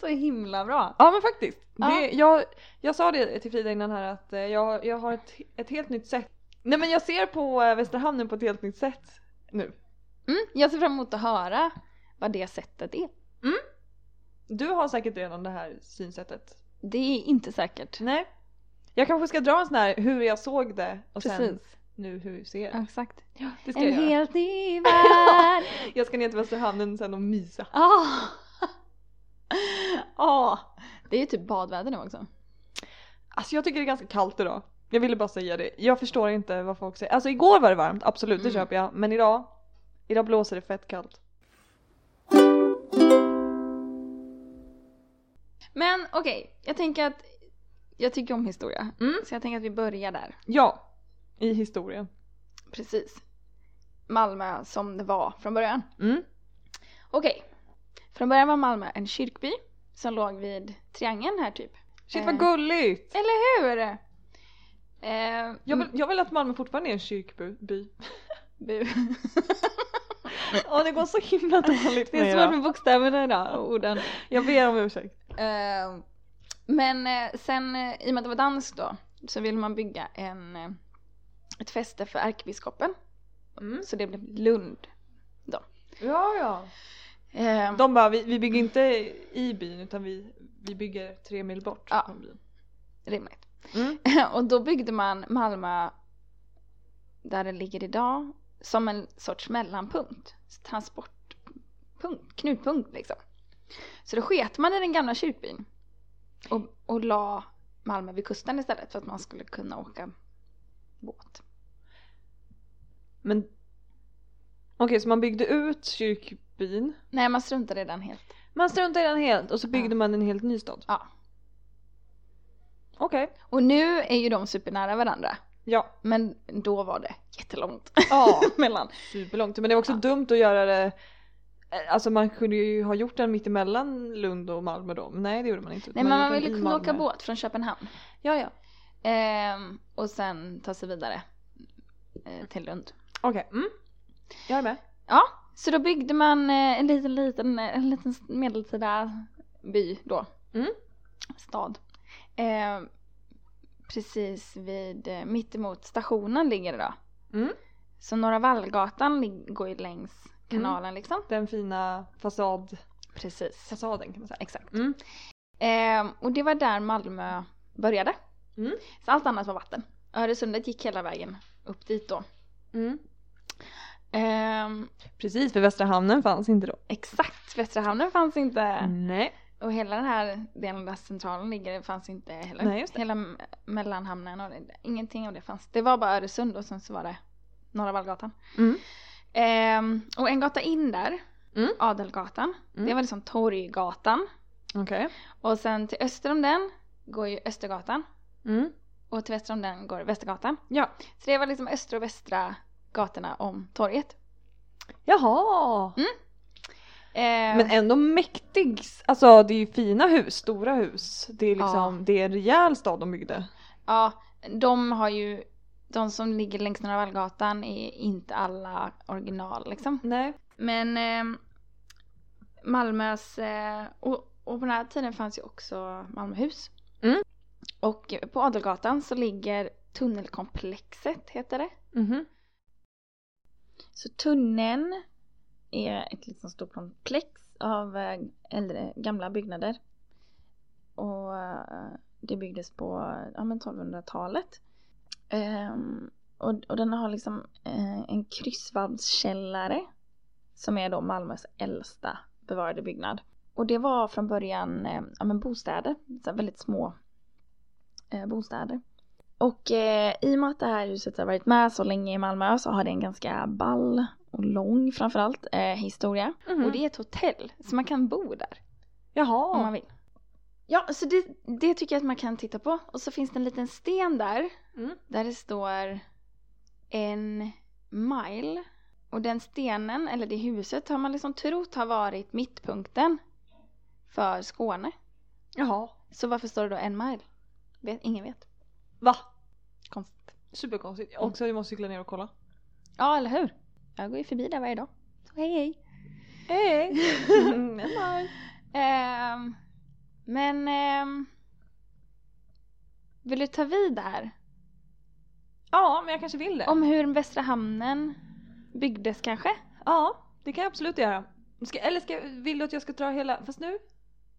S2: så himla bra.
S3: Ja men faktiskt.
S2: Ja.
S3: Det, jag, jag sa det till Frida innan här att eh, jag, jag har ett, ett helt nytt sätt. Nej men jag ser på eh, Västra Hamnen på ett helt nytt sätt nu.
S2: Mm, jag ser fram emot att höra vad det sättet är.
S3: Du har säkert redan det här synsättet.
S2: Det är inte säkert.
S3: Nej. Jag kanske ska dra en sån här hur jag såg det och sen nu hur jag ser det.
S2: Exakt.
S3: Det ska
S2: En
S3: jag göra.
S2: helt ny värld.
S3: Jag ska ner till Västra Hamnen sen och mysa.
S2: Ah. ah. Det är ju typ badväder nu också.
S3: Alltså jag tycker det är ganska kallt idag. Jag ville bara säga det. Jag förstår inte vad folk säger. Alltså igår var det varmt, absolut det
S2: Mm.
S3: köper jag. Men idag, idag blåser det fett kallt.
S2: Men okej, jag tänker att jag tycker om historia.
S3: Mm.
S2: Så jag tänker att vi börjar där.
S3: Ja, i historien.
S2: Precis. Malmö som det var från början.
S3: Mm.
S2: Okej. Från början var Malmö en kyrkby som låg vid triangeln här typ.
S3: Shit vad
S2: Eh.
S3: gulligt!
S2: Eller hur? Eh,
S3: Jag vill, jag vill att Malmö fortfarande är en kyrkby.
S2: Bu.
S3: Åh det går så himla dåligt
S2: Det är svårt med bokstäverna idag och orden.
S3: Jag ber om ursäkt.
S2: Eh, Men eh, sen eh, i och med att det var danskt då så ville man bygga en, eh, ett fäste för ärkebiskopen.
S3: Mm.
S2: Så det blev Lund.
S3: Ja ja.
S2: Eh,
S3: De bara vi, vi bygger inte i byn utan vi, vi bygger tre mil bort
S2: Ja.
S3: från byn.
S2: Rimligt.
S3: Mm.
S2: Och då byggde man Malmö där den ligger idag som en sorts mellanpunkt. Transportpunkt, knutpunkt liksom. Så då sket man i den gamla kyrkbyn och, och la Malmö vid kusten istället för att man skulle kunna åka båt.
S3: Men okej så man byggde ut kyrkbyn.
S2: Nej, man struntade i den helt.
S3: Man struntade i den helt och så byggde
S2: Ja.
S3: man en helt ny stad.
S2: Ja.
S3: Okej.
S2: Och nu är ju de supernära varandra.
S3: Ja.
S2: Men då var det jättelångt
S3: Ja.
S2: mellan.
S3: Superlångt. Men det var också
S2: Ja.
S3: dumt att göra det Alltså man kunde ju ha gjort den mittemellan Lund och Malmö då. Men nej det gjorde man inte.
S2: Nej men man
S3: gjorde den
S2: ville
S3: i
S2: kunna åka
S3: Malmö.
S2: båt från Köpenhamn.
S3: Ja ja.
S2: Ehm, och sen ta sig vidare eh, till Lund.
S3: Okej. Mm. Jag är med.
S2: Ja, så då byggde man eh, en liten, liten, en liten medeltida by då.
S3: Mm.
S2: Stad. Ehm, precis vid, eh, mittemot stationen ligger det då.
S3: Mm.
S2: Så Norra Vallgatan lig- går ju längs kanalen liksom.
S3: Den fina fasad,
S2: Precis.
S3: fasaden kan man säga.
S2: Exakt.
S3: Mm.
S2: Ehm, och det var där Malmö började.
S3: Mm.
S2: Så allt annat var vatten. Öresundet gick hela vägen upp dit då.
S3: Mm.
S2: Ehm,
S3: Precis för Västra hamnen fanns inte då.
S2: exakt, Västra hamnen fanns inte.
S3: Nej.
S2: Och hela den här delen där centralen ligger fanns inte heller.
S3: Nej, just det.
S2: Hela m- mellanhamnen och det, ingenting av det fanns. Det var bara Öresund och sen så var det Norra Vallgatan.
S3: Mm.
S2: Ehm, och en gata in där,
S3: Mm.
S2: Adelgatan,
S3: Mm.
S2: det var liksom Torggatan.
S3: Okej.
S2: Och sen till öster om den går ju Östergatan.
S3: Mm.
S2: Och till väster om den går Västergatan.
S3: Ja.
S2: Så det var liksom östra och västra gatorna om torget.
S3: Jaha!
S2: Eh,
S3: Mm. Men ändå mäktig. Alltså det är ju fina hus, stora hus. Det är liksom, det är en rejäl stad de byggde.
S2: Ja, de har ju... De som ligger längs Norra Vallgatan är inte alla original liksom.
S3: Nej.
S2: Men eh, Malmös... Eh, och, och på den här tiden fanns ju också Malmöhus.
S3: Mm.
S2: Och på Adelgatan så ligger Tunnelkomplexet, heter det.
S3: Mhm.
S2: Så tunneln är ett liksom stort komplex av eh, äldre, gamla byggnader. Och eh, det byggdes på ja, men 1200-talet. Ehm, och, och den har liksom eh, en kryssvalvskällare som är då Malmös äldsta bevarade byggnad. Och det var från början eh, ja, men bostäder, så här väldigt små eh, bostäder. Och eh, i och med att det här huset har varit med så länge i Malmö så har det en ganska ball och lång framförallt eh, historia.
S3: Mhm.
S2: Och det är ett hotell så man kan bo där
S3: Jaha.
S2: om man vill. Ja, så det, det tycker jag att man kan titta på. Och så finns det en liten sten där,
S3: Mm.
S2: där det står en mile. Och den stenen, eller det huset, har man liksom trott har varit mittpunkten för Skåne.
S3: Jaha.
S2: Så varför står det då en mile? Vet, ingen vet.
S3: Va?
S2: Konstigt.
S3: Superkonstigt. Jag också, jag måste cykla ner och kolla.
S2: Ja, eller hur? Jag går ju förbi där varje dag. Så hej hej.
S3: Hej!
S2: Ehm, men... ehm, vill du ta vid där?
S3: ja, men jag kanske vill det.
S2: Om hur Västra hamnen byggdes kanske?
S3: Ja, det kan jag absolut göra. Ska, eller ska, vill du att jag ska dra hela, fast nu?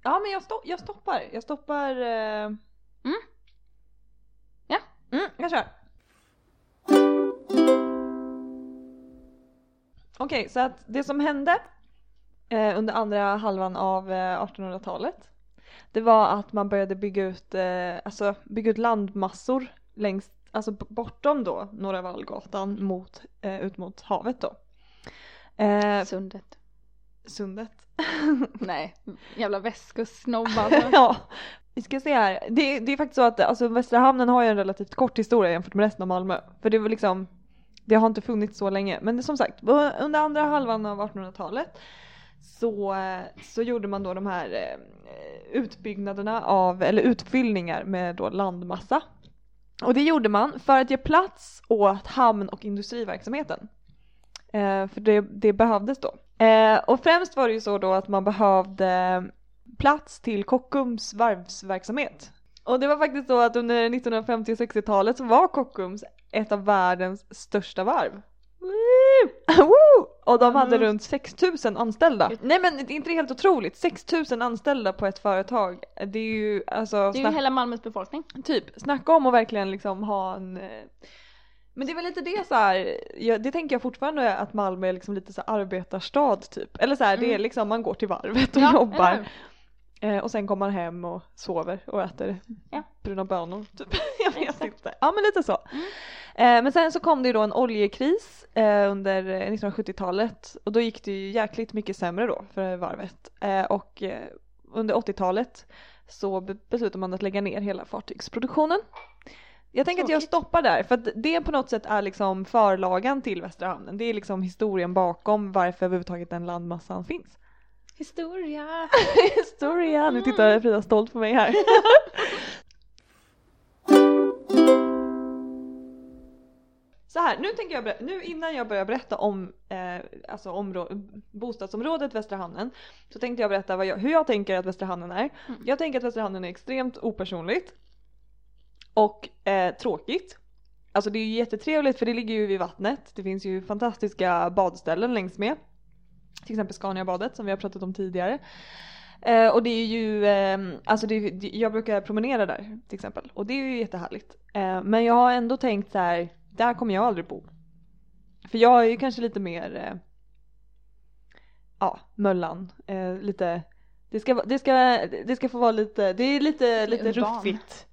S3: Ja men jag, sto- jag stoppar, jag stoppar... eh.
S2: Mm. Ja.
S3: Mm, jag kör. Okej, så att det som hände eh, under andra halvan av eh, 1800-talet det var att man började bygga ut, eh, alltså, bygga ut landmassor längs, alltså b- bortom då Norra Vallgatan mot, eh, ut mot havet då. Eh,
S2: Sundet.
S3: sundet.
S2: Nej, jävla väskusnobb alltså.
S3: ja, vi ska se här. Det, det är faktiskt så att alltså, Västra hamnen har ju en relativt kort historia jämfört med resten av Malmö. För det var liksom, det har inte funnits så länge. Men det, som sagt, under andra halvan av 1800-talet så, eh, så gjorde man då de här eh, utbyggnaderna av, eller utfyllningar med då landmassa. Och det gjorde man för att ge plats åt hamn och industriverksamheten. Eh, för det, det behövdes då. Eh, och främst var det ju så då att man behövde plats till Kockums varvsverksamhet. Och det var faktiskt så att under 1950 och 60-talet så var Kockums ett av världens största varv. Woo! Woo! Och de hade
S2: Mm.
S3: runt 6000 anställda. Nej men det är inte helt otroligt, 6000 anställda på ett företag. Det är ju alltså
S2: Det är ju
S3: snacka-
S2: hela Malmös befolkning.
S3: Typ, snacka om och verkligen liksom ha en... eh, Men det är väl lite det så här, jag, det tänker jag fortfarande att Malmö är liksom lite så här arbetarstad typ. Eller så här, det är
S2: Mm.
S3: liksom man går till varvet och
S2: eller
S3: jobbar
S2: hur?
S3: eh, och sen kommer man hem och sover och äter
S2: Ja.
S3: bruna bönor typ. jag vet inte. Ja men lite så.
S2: Mm.
S3: Eh, men sen så kom det ju då en oljekris eh, under eh, 1970-talet och då gick det ju jäkligt mycket sämre då för varvet. Eh, och eh, under 80-talet så be- beslutade man att lägga ner hela fartygsproduktionen. Jag tänker att jag
S2: Tråkigt.
S3: stoppar där för att det på något sätt är liksom förlagan till Västra hamnen. Det är liksom historien bakom varför överhuvudtaget den landmassan finns.
S2: Historia.
S3: Historia! Nu tittar Frida stolt på mig här. Så här, nu tänker jag ber- nu innan jag börjar berätta om eh, alltså områ- bostadsområdet Västra Hamnen så tänkte jag berätta vad jag, hur jag tänker att Västra Hamnen är.
S2: Mm.
S3: Jag tänker att Västra Hamnen är extremt opersonligt och eh, tråkigt. Alltså det är ju jättetrevligt för det ligger ju vid vattnet. Det finns ju fantastiska badställen längs med. Till exempel Scaniabadet som vi har pratat om tidigare. Eh, och det är ju, ehm, alltså det, det, jag brukar promenera där till exempel och det är ju jättehärligt. Eh, men jag har ändå tänkt så här, där kommer jag aldrig bo. För jag är ju kanske lite mer, eh, ja, möllan. Eh, lite, det ska, va- det, ska, det ska få vara lite, det är lite, lite
S2: Urban.
S3: ruffigt.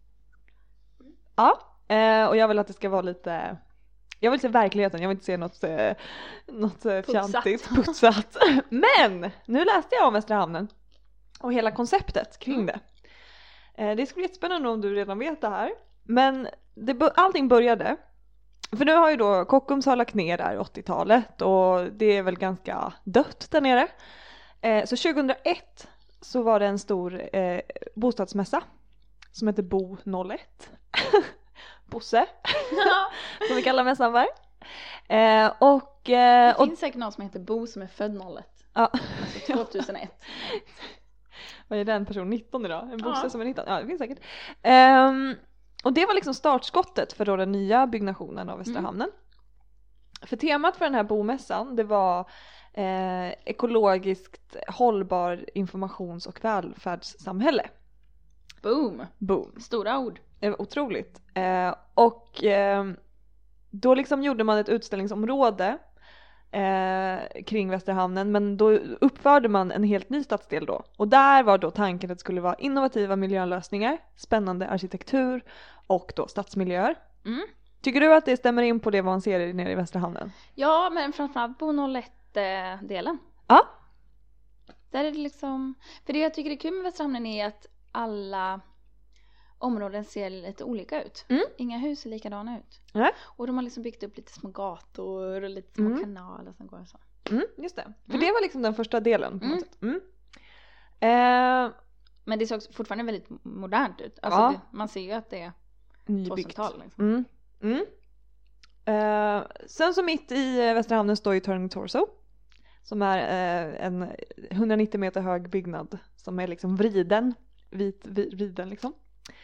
S3: Ja, eh, och jag vill att det ska vara lite, jag vill se verkligheten, jag vill inte se något, eh, något eh,
S2: Putsat.
S3: fjantigt, putsat. Men! Nu läste jag om Västra Hamnen och hela konceptet kring det. Eh, Det skulle bli jättespännande om du redan vet det här. Men det, bör- allting började. För nu har ju då Kockums har lagt ner där 80-talet och det är väl ganska dött där nere. Eh, Så 2001 så var det en stor eh, bostadsmässa som heter Bo 01. Bosse, som vi kallar mässan var. Eh, och, eh,
S2: Det
S3: och
S2: finns säkert någon som heter Bo som är född 01.
S3: ja.
S2: Alltså 2001.
S3: Vad är den person 19 idag? En Bosse
S2: Ja.
S3: som är 19? Ja det finns säkert. Ehm, och det var liksom startskottet för då den nya byggnationen av Västra
S2: Mm.
S3: hamnen. För temat för den här bomässan det var eh, ekologiskt hållbar informations och välfärdssamhälle.
S2: Boom.
S3: Boom.
S2: Stora ord.
S3: Det var otroligt. Eh, och ehm, då liksom gjorde man ett utställningsområde eh, kring Västerhamnen men då uppförde man en helt ny stadsdel då. Och där var då tanken att det skulle vara innovativa miljölösningar, spännande arkitektur och då stadsmiljöer.
S2: Mm.
S3: Tycker du att det stämmer in på det vad hon ser nere i Västra Hamnen?
S2: Ja, men framförallt på 01-delen.
S3: Ja.
S2: Där är det liksom, för det jag tycker är kul med Västra Hamnen är att alla områden ser lite olika ut.
S3: Mm.
S2: Inga hus ser likadana ut.
S3: Nej.
S2: Och de har liksom byggt upp lite små gator och lite små
S3: Mm.
S2: kanaler som går och så.
S3: Mm, just det. För det var liksom den första delen på något
S2: Mm.
S3: sätt. Mm. Eh,
S2: Men det ser också fortfarande väldigt modernt ut. Alltså
S3: Ja.
S2: det, man ser ju att det är
S3: nybyggt.
S2: 2000-tal. Liksom.
S3: Mm. Mm. Eh, sen så mitt i eh, Västra Hamnen står ju Turning Torso. Som är eh, en 190 meter hög byggnad som är liksom vriden. Vit, vi- vriden liksom.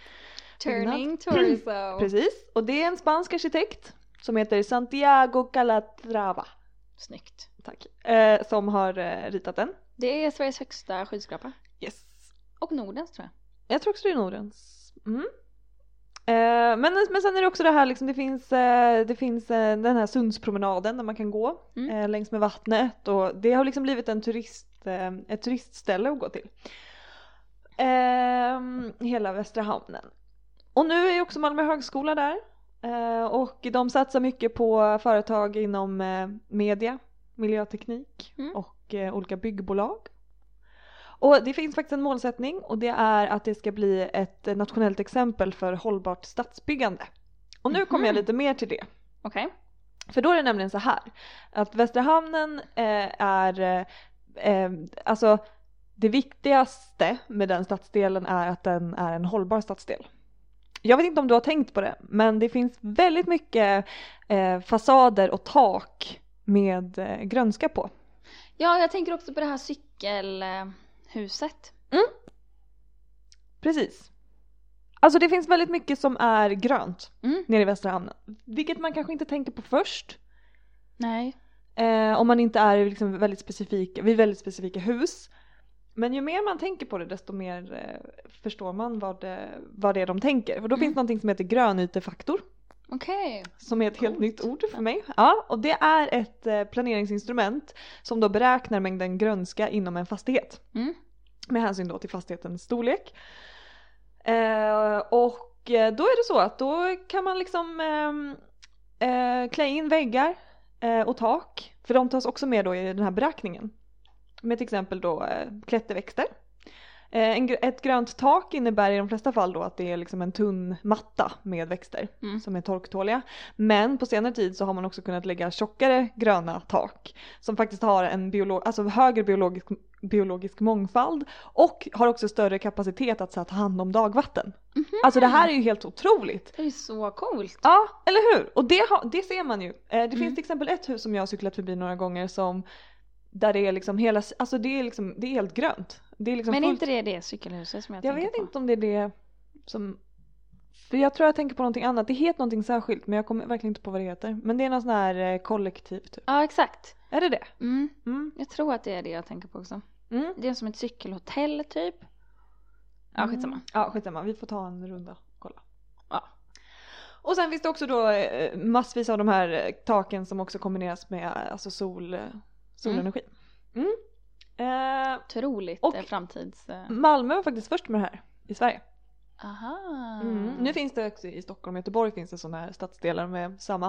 S2: Turning Torso.
S3: Precis. Och det är en spansk arkitekt som heter Santiago Calatrava.
S2: Snyggt.
S3: Tack. Eh, som har eh, ritat den.
S2: Det är Sveriges högsta skyskrapa.
S3: Yes.
S2: Och Nordens tror jag.
S3: Jag tror också det är Nordens. Mm. Eh, men, men sen är det också det här liksom, det finns, eh, det finns eh, den här Sundspromenaden där man kan gå
S2: Mm.
S3: eh, längs med vattnet och det har liksom blivit en turist, eh, ett turistställe att gå till. Ehm, hela Västra Hamnen. Och nu är ju också Malmö högskola där eh, och de satsar mycket på företag inom eh, media, miljöteknik
S2: Mm.
S3: och eh, olika byggbolag. Och det finns faktiskt en målsättning och det är att det ska bli ett nationellt exempel för hållbart stadsbyggande. Och nu kommer jag
S2: Mhm.
S3: lite mer till det.
S2: Okej.
S3: För då är det nämligen så här att Västra hamnen eh, är eh, eh, alltså det viktigaste med den stadsdelen är att den är en hållbar stadsdel. Jag vet inte om du har tänkt på det men det finns väldigt mycket eh, fasader och tak med eh, grönska på.
S2: Ja, jag tänker också på det här cykelhuset.
S3: Precis. Alltså det finns väldigt mycket som är grönt
S2: Mm.
S3: nere i Västra hamnen. Vilket man kanske inte tänker på först.
S2: Nej.
S3: Eh, om man inte är i liksom väldigt specifika, vid väldigt specifika hus. Men ju mer man tänker på det desto mer eh, förstår man vad det, vad det är de tänker. För då
S2: Mm.
S3: finns någonting som heter grönytefaktor.
S2: Okej.
S3: Som är ett helt
S2: Coolt.
S3: nytt ord för mig. Ja, och det är ett eh, planeringsinstrument som då beräknar mängden grönska inom en fastighet.
S2: Mm.
S3: Med hänsyn då till fastighetens storlek. Eh, och eh, då är det så att då kan man liksom ehm, eh, klä in väggar eh, och tak. För de tas också med då i den här beräkningen. Med till exempel då eh, klätterväxter. Eh, en, gr- ett grönt tak innebär i de flesta fall då att det är liksom en tunn matta med växter
S2: Mm.
S3: som är torktåliga. Men på senare tid så har man också kunnat lägga tjockare gröna tak som faktiskt har en biolo- alltså högre biologisk, biologisk mångfald och har också större kapacitet att så här, ta hand om dagvatten.
S2: Mhm.
S3: Alltså det här är ju helt otroligt.
S2: Det är ju så coolt.
S3: Ja, eller hur? Och det, har, det ser man ju. Eh, det
S2: Mm.
S3: finns till exempel ett hus som jag har cyklat förbi några gånger som där det är liksom hela, alltså det är liksom, det är helt grönt. Det är liksom
S2: Men är
S3: fullt-
S2: inte det det cykelhuset som jag,
S3: jag
S2: tänker
S3: vet
S2: på?
S3: inte om det är det som... För jag tror jag tänker på någonting annat. Det heter någonting särskilt men jag kommer verkligen inte på vad det heter. Men det är någon sån här eh, kollektiv typ.
S2: Ja, exakt.
S3: Är det det?
S2: Mm.
S3: Mm.
S2: Jag tror att det är det jag tänker på också.
S3: Mm.
S2: Det är som ett cykelhotell typ. Ja, skitsamma.
S3: Mm. Ja, skitsamma. Vi får ta en runda och kolla.
S2: Ja.
S3: Och sen finns det också då eh, massvis av de här eh, taken som också kombineras med eh, alltså sol, eh, solenergi. Mm. Eh,
S2: Otroligt
S3: Och-
S2: eh, framtids... eh,
S3: Malmö var faktiskt först med det här i Sverige.
S2: Aha.
S3: Mm. Nu finns det också i Stockholm och Göteborg finns det sådana här stadsdelar med samma.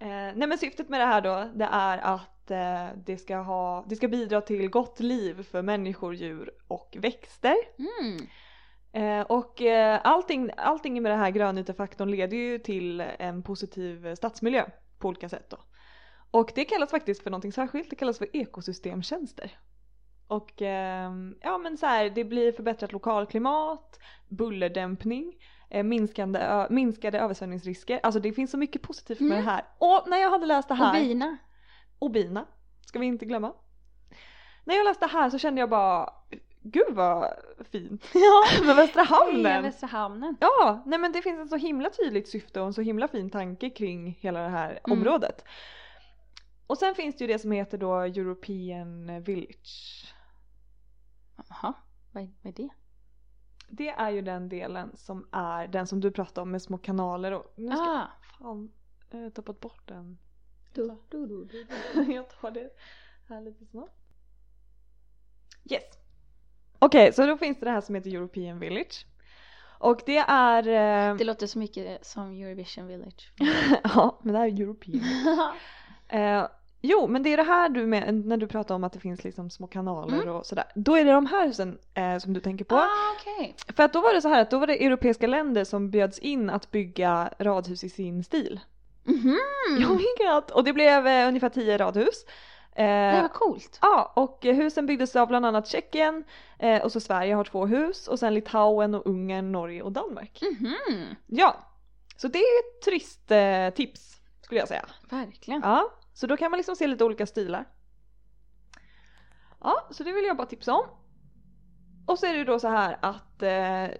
S3: Eh, nej men syftet med det här då det är att eh, det, ska ha, det ska bidra till gott liv för människor, djur och växter.
S2: Mm.
S3: Eh, och eh, allting, allting med den här grönytefaktorn leder ju till en positiv eh, stadsmiljö på olika sätt då. Och det kallas faktiskt för någonting särskilt, det kallas för ekosystemtjänster. Och eh, ja men så här, det blir förbättrat lokalklimat, bullerdämpning, eh, minskande, ö- minskade översvämningsrisker. Alltså det finns så mycket positivt med
S2: Mm.
S3: det här. Och när jag hade läst det här
S2: Och bina.
S3: och bina. Ska vi inte glömma. När jag läste här så kände jag bara, gud vad fint. Ja, med Västra
S2: Hej,
S3: hamnen.
S2: Västra hamnen.
S3: Ja, nej men det finns ett så himla tydligt syfte och en så himla fin tanke kring hela det här
S2: Mm.
S3: området. Och sen finns det ju det som heter då European Village.
S2: Jaha, vad, är- vad är det?
S3: Det är ju den delen som är den som du pratade om med små kanaler och... Nu ska
S2: Ah.
S3: fan, jag har tappat bort den.
S2: Du, du, du, du.
S3: jag tar det här lite snabbt. Yes. Okej, så då finns det det här som heter European Village. Och det är... eh,
S2: Det låter så mycket som Eurovision Village.
S3: ja, men det här är European. Eh, jo, men det är det här du med, när du pratar om att det finns liksom små kanaler och sådär. Då är det de här husen eh, som du tänker på.
S2: ah, okej.
S3: För att då var det så här att då var det europeiska länder som bjöds in att bygga radhus i sin stil.
S2: Mhm.
S3: Jag vet! Och det blev eh, ungefär tio radhus. Eh,
S2: Det var coolt.
S3: Ja, och eh, husen byggdes av bland annat Tjeckien eh, och så Sverige har två hus och sen Litauen och Ungern, Norge och Danmark.
S2: Mhm.
S3: Ja, så det är ett turisttips skulle jag säga.
S2: Verkligen.
S3: Ja, så då kan man liksom se lite olika stilar. Ja, så det vill jag bara tipsa om. Och så är det ju då så här att eh,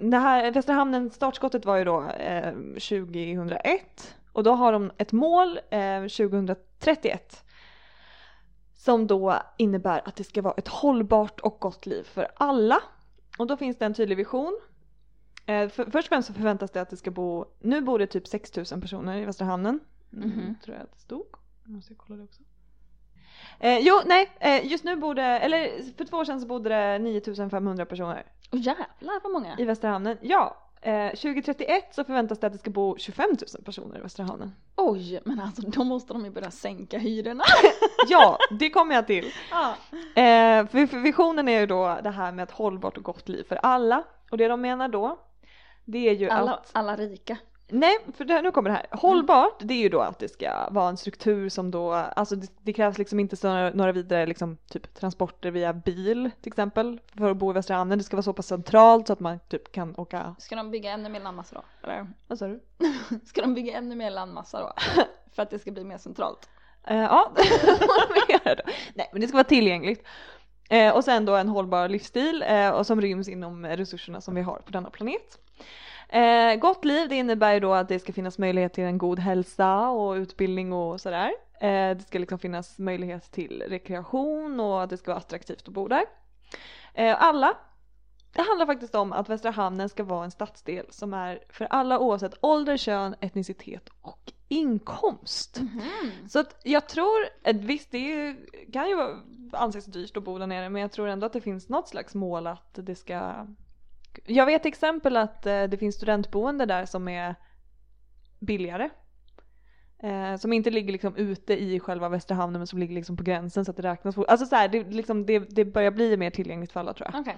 S3: det här, Västra hamnen, startskottet var ju då eh, 2001 och då har de ett mål eh, 2031 som då innebär att det ska vara ett hållbart och gott liv för alla. Och då finns det en tydlig vision. Eh, för, först och främst så förväntas det att det ska bo, nu bor det typ 6000 personer i Västra hamnen. Mm,
S2: Mhm.
S3: Tror jag att det stod. Nu Måste jag kolla det också. Eh, jo, nej, eh, just nu bor det, eller för två år sedan så bodde det 9500 personer
S2: Och jävlar vad många.
S3: i Västra hamnen. Ja, eh, 2031 så förväntas det att det ska bo 25 000 personer i Västra hamnen.
S2: Oj, men alltså då måste de ju börja sänka hyrorna.
S3: Ja, det kommer jag till.
S2: Ja.
S3: Eh, för för visionen är ju då det här med ett hållbart och gott liv för alla. Och det de menar då, det är ju
S2: Alla,
S3: att...
S2: alla rika.
S3: Nej, för det, nu kommer det här. Hållbart, det är ju då att det ska vara en struktur som då, alltså det, det krävs liksom inte så, några vidare liksom, typ transporter via bil till exempel för att bo i Västra hamnen. Det ska vara så pass centralt så att man typ kan åka,
S2: Ska de bygga ännu mer landmassa då? Eller?
S3: vad sa du?
S2: Ska de bygga ännu mer landmassa då? För att det ska bli mer centralt.
S3: Eh, ja, vad mer då? Nej men det ska vara tillgängligt. Eh, och sen då en hållbar livsstil eh, och som ryms inom resurserna som vi har på denna planet. Eh, gott liv det innebär ju då att det ska finnas möjlighet till en god hälsa och utbildning och sådär. Eh, det ska liksom finnas möjlighet till rekreation och att det ska vara attraktivt att bo där. Eh, alla. Det handlar faktiskt om att Västra hamnen ska vara en stadsdel som är för alla oavsett ålder, kön, etnicitet och inkomst.
S2: Mhm.
S3: Så att jag tror, eh, visst det är ju, kan ju vara- anses dyrt att bo där nere men jag tror ändå att det finns något slags mål att det ska Jag vet till exempel att eh, det finns studentboende där som är billigare. Eh, som inte ligger liksom ute i själva Västra hamnen men som ligger liksom på gränsen så att det räknas. på- Alltså så här, det, liksom, det, det börjar bli mer tillgängligt för alla tror jag.
S2: Okej.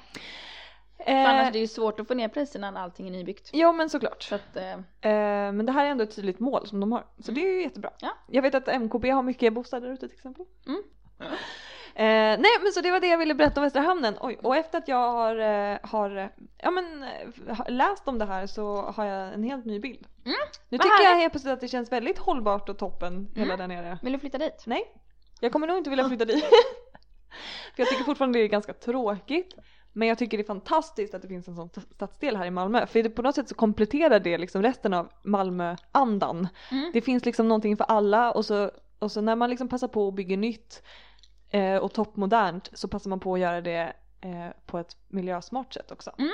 S2: För
S3: Eh,
S2: annars är det ju svårt att få ner priserna när allting är nybyggt.
S3: Jo men såklart.
S2: Så att, eh,
S3: Eh, men det här är ändå ett tydligt mål som de har. Så det är ju jättebra.
S2: Ja.
S3: Jag vet att MKB har mycket bostäder ute till exempel.
S2: Mm.
S3: Eh, nej men så det var det jag ville berätta om Västra Hamnen. Oj, och efter att jag har, eh, har eh, ja, men, eh, har läst om det här så har jag en helt ny bild.
S2: Mm,
S3: Nu
S2: vad
S3: tycker jag
S2: härligt. Mm.
S3: helt plötsligt att det känns väldigt hållbart och toppen hela där nere.
S2: vill du flytta dit?
S3: Nej, jag kommer nog inte vilja flytta dit. För jag tycker fortfarande det är ganska tråkigt. Men jag tycker det är fantastiskt att det finns en sån st- stadsdel här i Malmö. För det, på något sätt så kompletterar det liksom resten av Malmö-andan.
S2: Mm.
S3: Det finns liksom någonting för alla och så, och så när man liksom passar på och bygger nytt eh, och toppmodernt så passar man på att göra det eh, på ett miljösmart sätt också.
S2: Mm.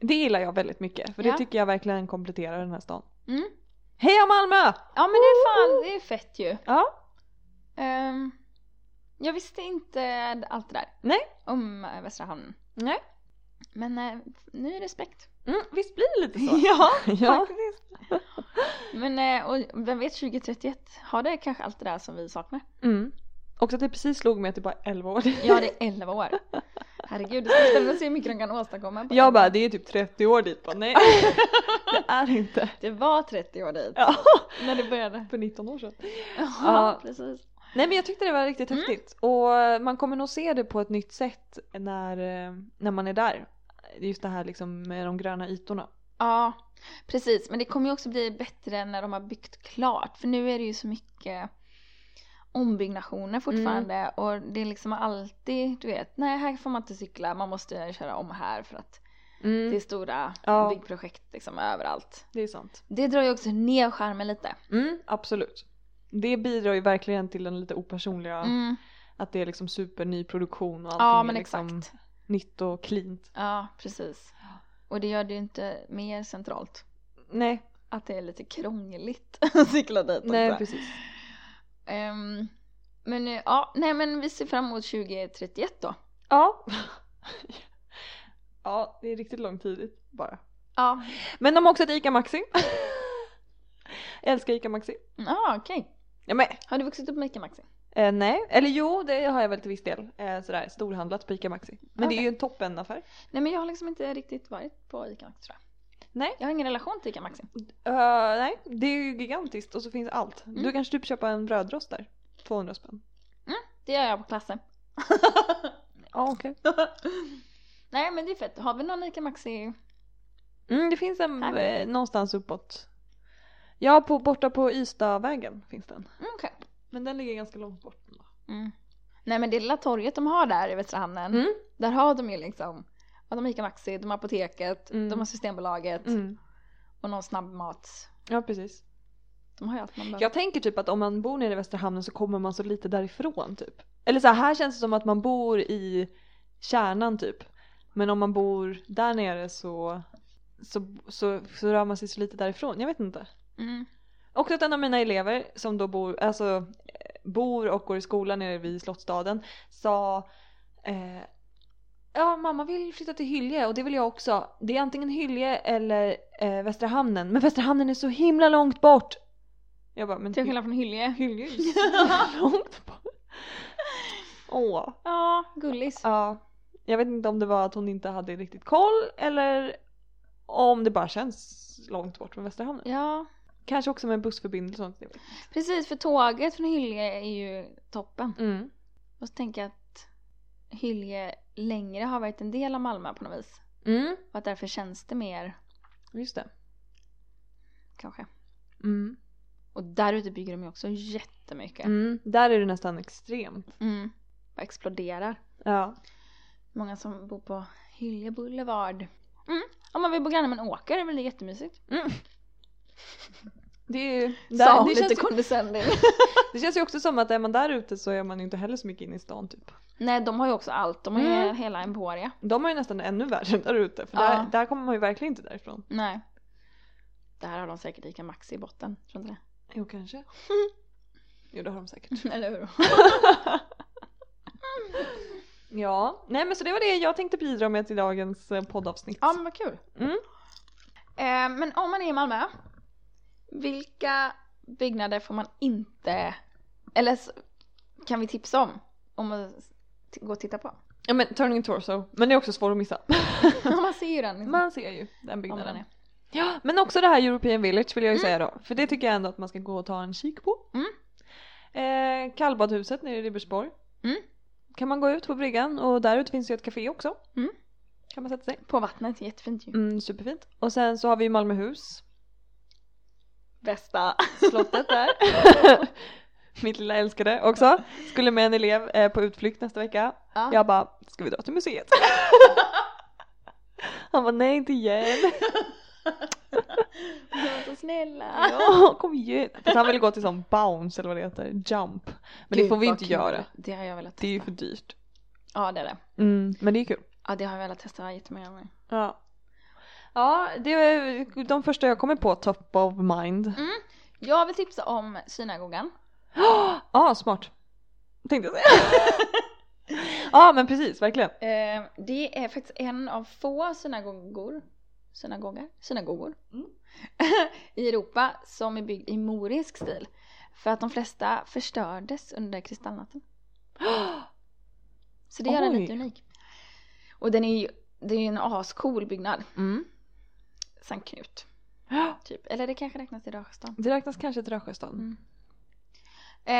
S3: Det gillar jag väldigt mycket för
S2: Ja.
S3: det tycker jag verkligen kompletterar den här stan.
S2: Mm.
S3: Heja Malmö!
S2: Ja men det är fan, det är fett ju.
S3: Ja,
S2: Ehm, jag visste inte allt det där.
S3: Nej.
S2: Om eh, Västra hamnen.
S3: Nej.
S2: Men eh, ny respekt.
S3: mm, visst blir det lite så?
S2: Ja,
S3: ja.
S2: Men eh, och vem vet 2031, har det kanske allt det där som vi saknar?
S3: Mm. Också att det precis slog mig att det bara är 11 år.
S2: Ja det är 11 år. Herregud, det ska bli spännande att se hur mycket de kan åstadkomma. på
S3: Jag
S2: en-
S3: bara, det är typ 30 år dit. Bara, nej, det är det inte.
S2: Det var 30 år dit
S3: Ja,
S2: när det började.
S3: för 19 år sedan. Mm.
S2: Ja, precis.
S3: Nej men jag tyckte det var riktigt häftigt. Och man kommer nog se det på ett nytt sätt när, eh, när man är där. Just det här liksom med de gröna ytorna.
S2: Ja, precis. Men det kommer ju också bli bättre när de har byggt klart. För nu är det ju så mycket ombyggnationer fortfarande.
S3: Mm.
S2: Och det är liksom alltid, du vet, nej här får man inte cykla, man måste köra om här för att det är
S3: Det,
S2: stora
S3: Mm. Ja.
S2: byggprojekt liksom överallt.
S3: det är sant.
S2: Det drar ju också ner skärmen lite.
S3: Mm, absolut. Det bidrar ju verkligen till den lite opersonliga,
S2: Mm.
S3: att det är liksom superny produktion och allting
S2: Ja men
S3: är liksom
S2: exakt.
S3: nytt och cleant.
S2: Ja precis. Och det gör det ju inte mer centralt.
S3: Nej,
S2: Att det är lite krångligt att cykla dit också.
S3: nej precis.
S2: Ehm, men eh, ja, nej men vi ser fram emot 2031 då.
S3: Ja. ja, det är riktigt lång tid bara.
S2: Ja,
S3: Men de har också ett ICA Maxi. Jag älskar ICA Maxi.
S2: ah, okej.
S3: Ja, men,
S2: Har du vuxit upp med Ica Maxi?
S3: eh, nej, eller jo det har jag väl till viss del. Eh, sådär storhandlat på ICA Maxi. Men det är
S2: Okej.
S3: ju en toppenaffär.
S2: Nej men jag har liksom inte riktigt varit på Ica Maxi tror jag.
S3: Nej.
S2: Jag har ingen relation till Ica Maxi.
S3: Eh, nej, det är ju gigantiskt och så finns allt. Du
S2: Mm.
S3: kanske typ köpa en brödrost där. 200 spänn.
S2: Det gör jag på klassen.
S3: Ja okej.
S2: Nej men det är fett. Har vi någon Ica Maxi?
S3: Mm, det finns en
S2: Här.
S3: eh, någonstans uppåt. Ja, på, borta på Ystadvägen finns den.
S2: Mm, okej.
S3: Men den ligger ganska långt bort. ändå.
S2: Mm. Nej men det lilla torget de har där i Västra Hamnen.
S3: Mm.
S2: Där har de ju liksom ja, de har Ica Maxi, de har Apoteket,
S3: Mm.
S2: de har Systembolaget
S3: Mm.
S2: och någon snabbmat.
S3: Ja, precis.
S2: De har ju allt man behöver.
S3: Jag tänker typ att om man bor nere i Västra Hamnen så kommer man så lite därifrån typ. Eller så här, här känns det som att man bor i kärnan typ. Men om man bor där nere så, så, så, så rör man sig så lite därifrån. Jag vet inte.
S2: Mm.
S3: Också att en av mina elever som då bor, alltså, eh, bor och går i skolan nere vid Slottsstaden sa eh, Ja mamma vill flytta till Hylje och det vill jag också. Det är antingen Hylje eller eh, Västra Hamnen. Men Västra Hamnen är så himla långt bort! Jag bara men
S2: Till skillnad från Hylje.
S3: Hylje är ju så himla långt bort. Åh.
S2: Ja, gullis.
S3: Ja. Jag vet inte om det var att hon inte hade riktigt koll eller om det bara känns långt bort från Västra Hamnen.
S2: Ja,
S3: Kanske också med bussförbindelse och sånt. jag vet inte.
S2: precis för tåget från Hylje är ju toppen.
S3: Mm.
S2: Och så tänker jag att Hylje längre har varit en del av Malmö på något vis.
S3: Mm,
S2: Och att därför känns det mer
S3: just det.
S2: kanske.
S3: Mm.
S2: Och där ute bygger de ju också jättemycket.
S3: Mm. Där är det nästan extremt.
S2: Mm. Bara exploderar.
S3: Ja.
S2: Många som bor på Hylje Boulevard. Mm. Om man vill bo granne med en åker är väl det jättemysigt.
S3: Det, är ju,
S2: Sa
S3: där,
S2: hon
S3: det,
S2: lite
S3: känns ju,
S2: condescending.
S3: det känns ju också som att är man där ute så är man ju inte heller så mycket inne i stan typ.
S2: Nej de har ju också allt. De har ju
S3: Mm.
S2: hela Emporia.
S3: De har ju nästan ännu värre där ute för
S2: Ja.
S3: där, där kommer man ju verkligen inte därifrån.
S2: Nej. Där har de säkert Ica Maxi i botten. Tror du inte
S3: Jo kanske. Jo det har de säkert.
S2: det? Eller hur?
S3: Ja, nej men så det var det jag tänkte bidra med till dagens eh, poddavsnitt.
S2: Ja men vad kul.
S3: Mm.
S2: Eh, men om man är i Malmö. Vilka byggnader får man inte, eller s- kan vi tipsa om? Om man t- går och tittar på.
S3: Ja, men Turning Torso, men det är också svårt att missa.
S2: man ser ju den. Liksom.
S3: Man ser ju den
S2: om den
S3: byggnaden.
S2: är.
S3: Ja, men också det här European Village vill jag ju säga då. För det tycker jag ändå att man ska gå och ta en kik på.
S2: Mm.
S3: Eh, kallbadhuset nere i Ribersborg.
S2: Mm.
S3: Kan man gå ut på bryggan och där ute finns ju ett café också.
S2: Mm.
S3: Kan man sätta sig.
S2: På vattnet, jättefint ju.
S3: Mm, superfint. Och sen så har vi ju Malmöhus,
S2: Bästa.
S3: slottet där. Mitt lilla älskade också. Skulle med en elev eh, på utflykt nästa vecka.
S2: Ja.
S3: Jag bara, ska vi dra till museet? Han var nej inte igen.
S2: De var så snälla.
S3: Ja, kom igen. Fast han ville gå till sån bounce eller vad det heter, jump. Men det
S2: Gud,
S3: får vi
S2: vad
S3: inte
S2: kul.
S3: göra.
S2: Det har jag velat
S3: Det är ju
S2: testa.
S3: för dyrt. Mm,
S2: Ja det är det.
S3: Men det är kul.
S2: Ja det har jag velat testa jättemånga gånger.
S3: Ja. Ja, det är de första jag kommer på, top of mind.
S2: Jag vill tipsa om synagogan.
S3: Ja, ah, smart. Tänkte jag säga. Ja, men precis, verkligen.
S2: Eh, det är faktiskt en av få synagogor, synagogar, synagogor
S3: Mm.
S2: i Europa som är byggd i morisk stil. För att de flesta förstördes under kristallnatten. Så det gör den
S3: Oj.
S2: lite unik. Och den är ju, det är ju en ascool byggnad.
S3: Mm.
S2: Sankt Knut. Typ. Eller det kanske räknas till Röstan.
S3: Det räknas kanske till Rösjöstaden.
S2: Mm.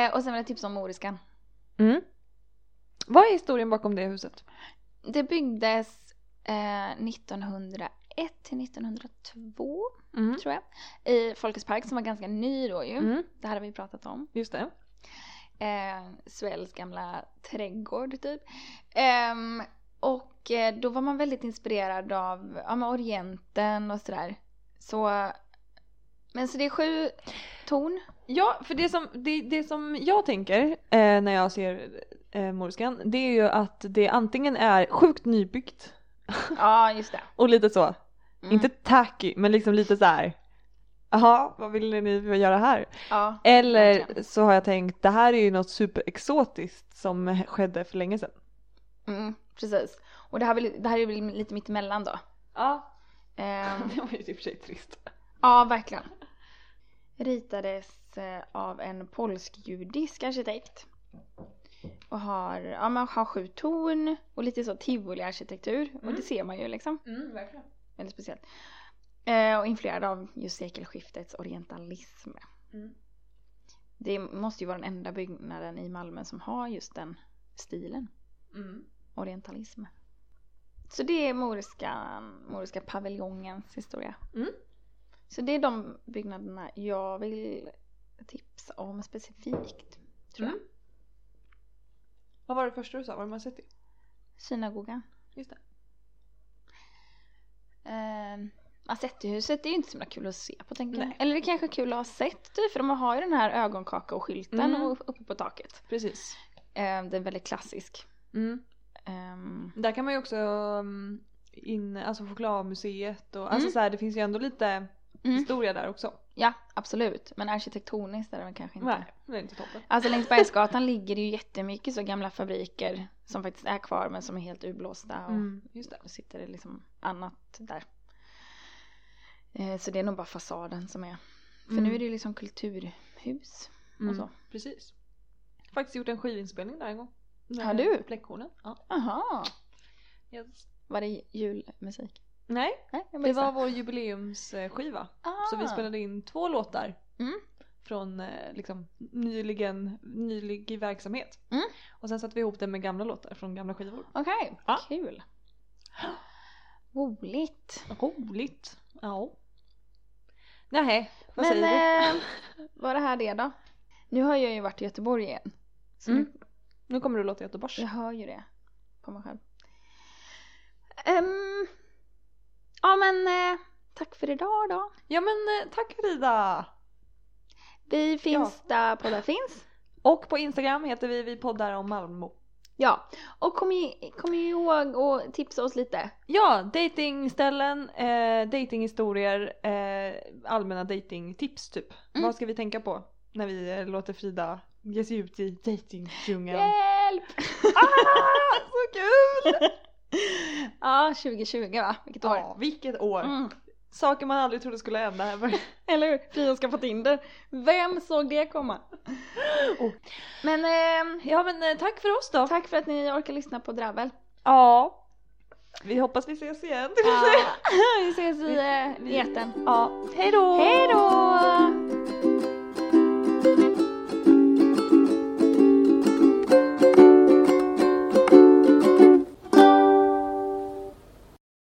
S2: Eh, och sen vill jag tipsa om moriskan.
S3: Mm. Vad är historien bakom det huset?
S2: Det byggdes eh, 1901 till 1902
S3: Mm.
S2: tror jag. I Folkets park som var ganska ny då ju.
S3: Mm.
S2: Det här har vi pratat om.
S3: Just det.
S2: Eh, Suells gamla trädgård typ. Ehm, och eh, då var man väldigt inspirerad av ja, men Orienten och sådär. Så, men så det är sju torn.
S3: Ja, för det som, det, det som jag tänker eh, när jag ser eh, Morskan, det är ju att det antingen är sjukt nybyggt
S2: Ja just det.
S3: och lite så,
S2: Mm.
S3: inte tacky, men liksom lite så här. Jaha, vad ville ni göra här?
S2: Ja.
S3: Eller
S2: Verkligen.
S3: så har jag tänkt, det här är ju något superexotiskt som skedde för länge sedan.
S2: Mm, precis. Och det här, vill- det här är väl lite mittemellan då.
S3: Ja.
S2: Ehm,
S3: Det var ju i och för sig trist.
S2: ja, verkligen. Ritades eh, av en polsk-judisk arkitekt. Och har, ja, man har sju torn och lite så tivoli-arkitektur. Och
S3: Mm.
S2: det ser man ju liksom.
S3: Mm, verkligen.
S2: Väldigt speciellt. Eh, och influerad av just sekelskiftets orientalism.
S3: Mm.
S2: Det måste ju vara den enda byggnaden i Malmö som har just den stilen.
S3: Mm.
S2: Orientalism. Så det är Moriska, Moriska paviljongens historia.
S3: Mm.
S2: Så det är de byggnaderna jag vill tipsa om specifikt. Tror jag.
S3: Mm. Vad var det första du sa? Var det Massetti?
S2: Synagogan.
S3: Just det.
S2: Eh, Asettihuset är ju inte så himla kul att se på tänker jag.
S3: Nej.
S2: Eller det kanske är kul att ha sett typ, för de har ju den här ögonkaka och skylten
S3: Mm.
S2: och uppe på taket.
S3: Precis.
S2: Eh, den är väldigt klassisk.
S3: Mm.
S2: Ehm,
S3: Där kan man ju också um, in, alltså chokladmuseet och alltså
S2: Mm.
S3: så här, det finns ju ändå lite
S2: Mm.
S3: historia där också.
S2: ja, absolut. Men arkitektoniskt är den kanske inte.
S3: Nej, det är inte toppen.
S2: Alltså längs Bergsgatan ligger det ju jättemycket så gamla fabriker som faktiskt är kvar men som är helt urblåsta och
S3: Mm, just det.
S2: och sitter det liksom annat där. Eh, Så det är nog bara fasaden som är. För
S3: Mm.
S2: nu är det ju liksom kulturhus och så.
S3: Precis. Faktiskt gjort en skivinspelning där en gång.
S2: Har du?
S3: Bläckhornen. Ja.
S2: Aha.
S3: Yes.
S2: Var det julmusik?
S3: Nej,
S2: Nej, jag bara
S3: det var
S2: gissar.
S3: vår jubileumsskiva.
S2: ah.
S3: Så vi spelade in två låtar.
S2: Mm.
S3: Från eh, liksom, nyligen, nylig verksamhet.
S2: Mm.
S3: Och sen satte vi ihop det med gamla låtar från gamla skivor.
S2: Okej,
S3: Ja.
S2: kul. Roligt.
S3: Roligt! Ja. Nej, vad
S2: Men
S3: säger du?
S2: eh, var det här det då? Nu har jag ju varit i Göteborg igen. Så
S3: Mm.
S2: nu
S3: Nu kommer du låta Göteborgs.
S2: Jag hör ju det på mig själv. Ehm, ja men eh, tack för idag då.
S3: Ja men eh, tack Frida!
S2: Vi finns där poddar finns.
S3: Och på Instagram heter vi Vi poddar om Malmö.
S2: Ja, och kom, i, kom ihåg att tipsa oss lite.
S3: Ja, datingställen, eh, datinghistorier, eh, allmänna datingtips typ.
S2: Mm.
S3: Vad ska vi tänka på när vi eh, låter Frida ge sig ut i datingdjungeln?
S2: Hjälp!
S3: Ah, så kul!
S2: ja, 2020 va? Vilket år.
S3: Ja, vilket år!
S2: Mm.
S3: Saker man aldrig trodde skulle hända. här.
S2: Eller hur? Frida ska få Tinder. Vem såg det komma?
S3: Oh.
S2: Men ehm,
S3: ja men eh, tack för oss då!
S2: tack för att ni orkar lyssna på Dravel.
S3: Ja. Vi hoppas vi ses igen.
S2: Ja, vi ses i eh, i etern.
S3: Ja, hej då!
S2: Hej då!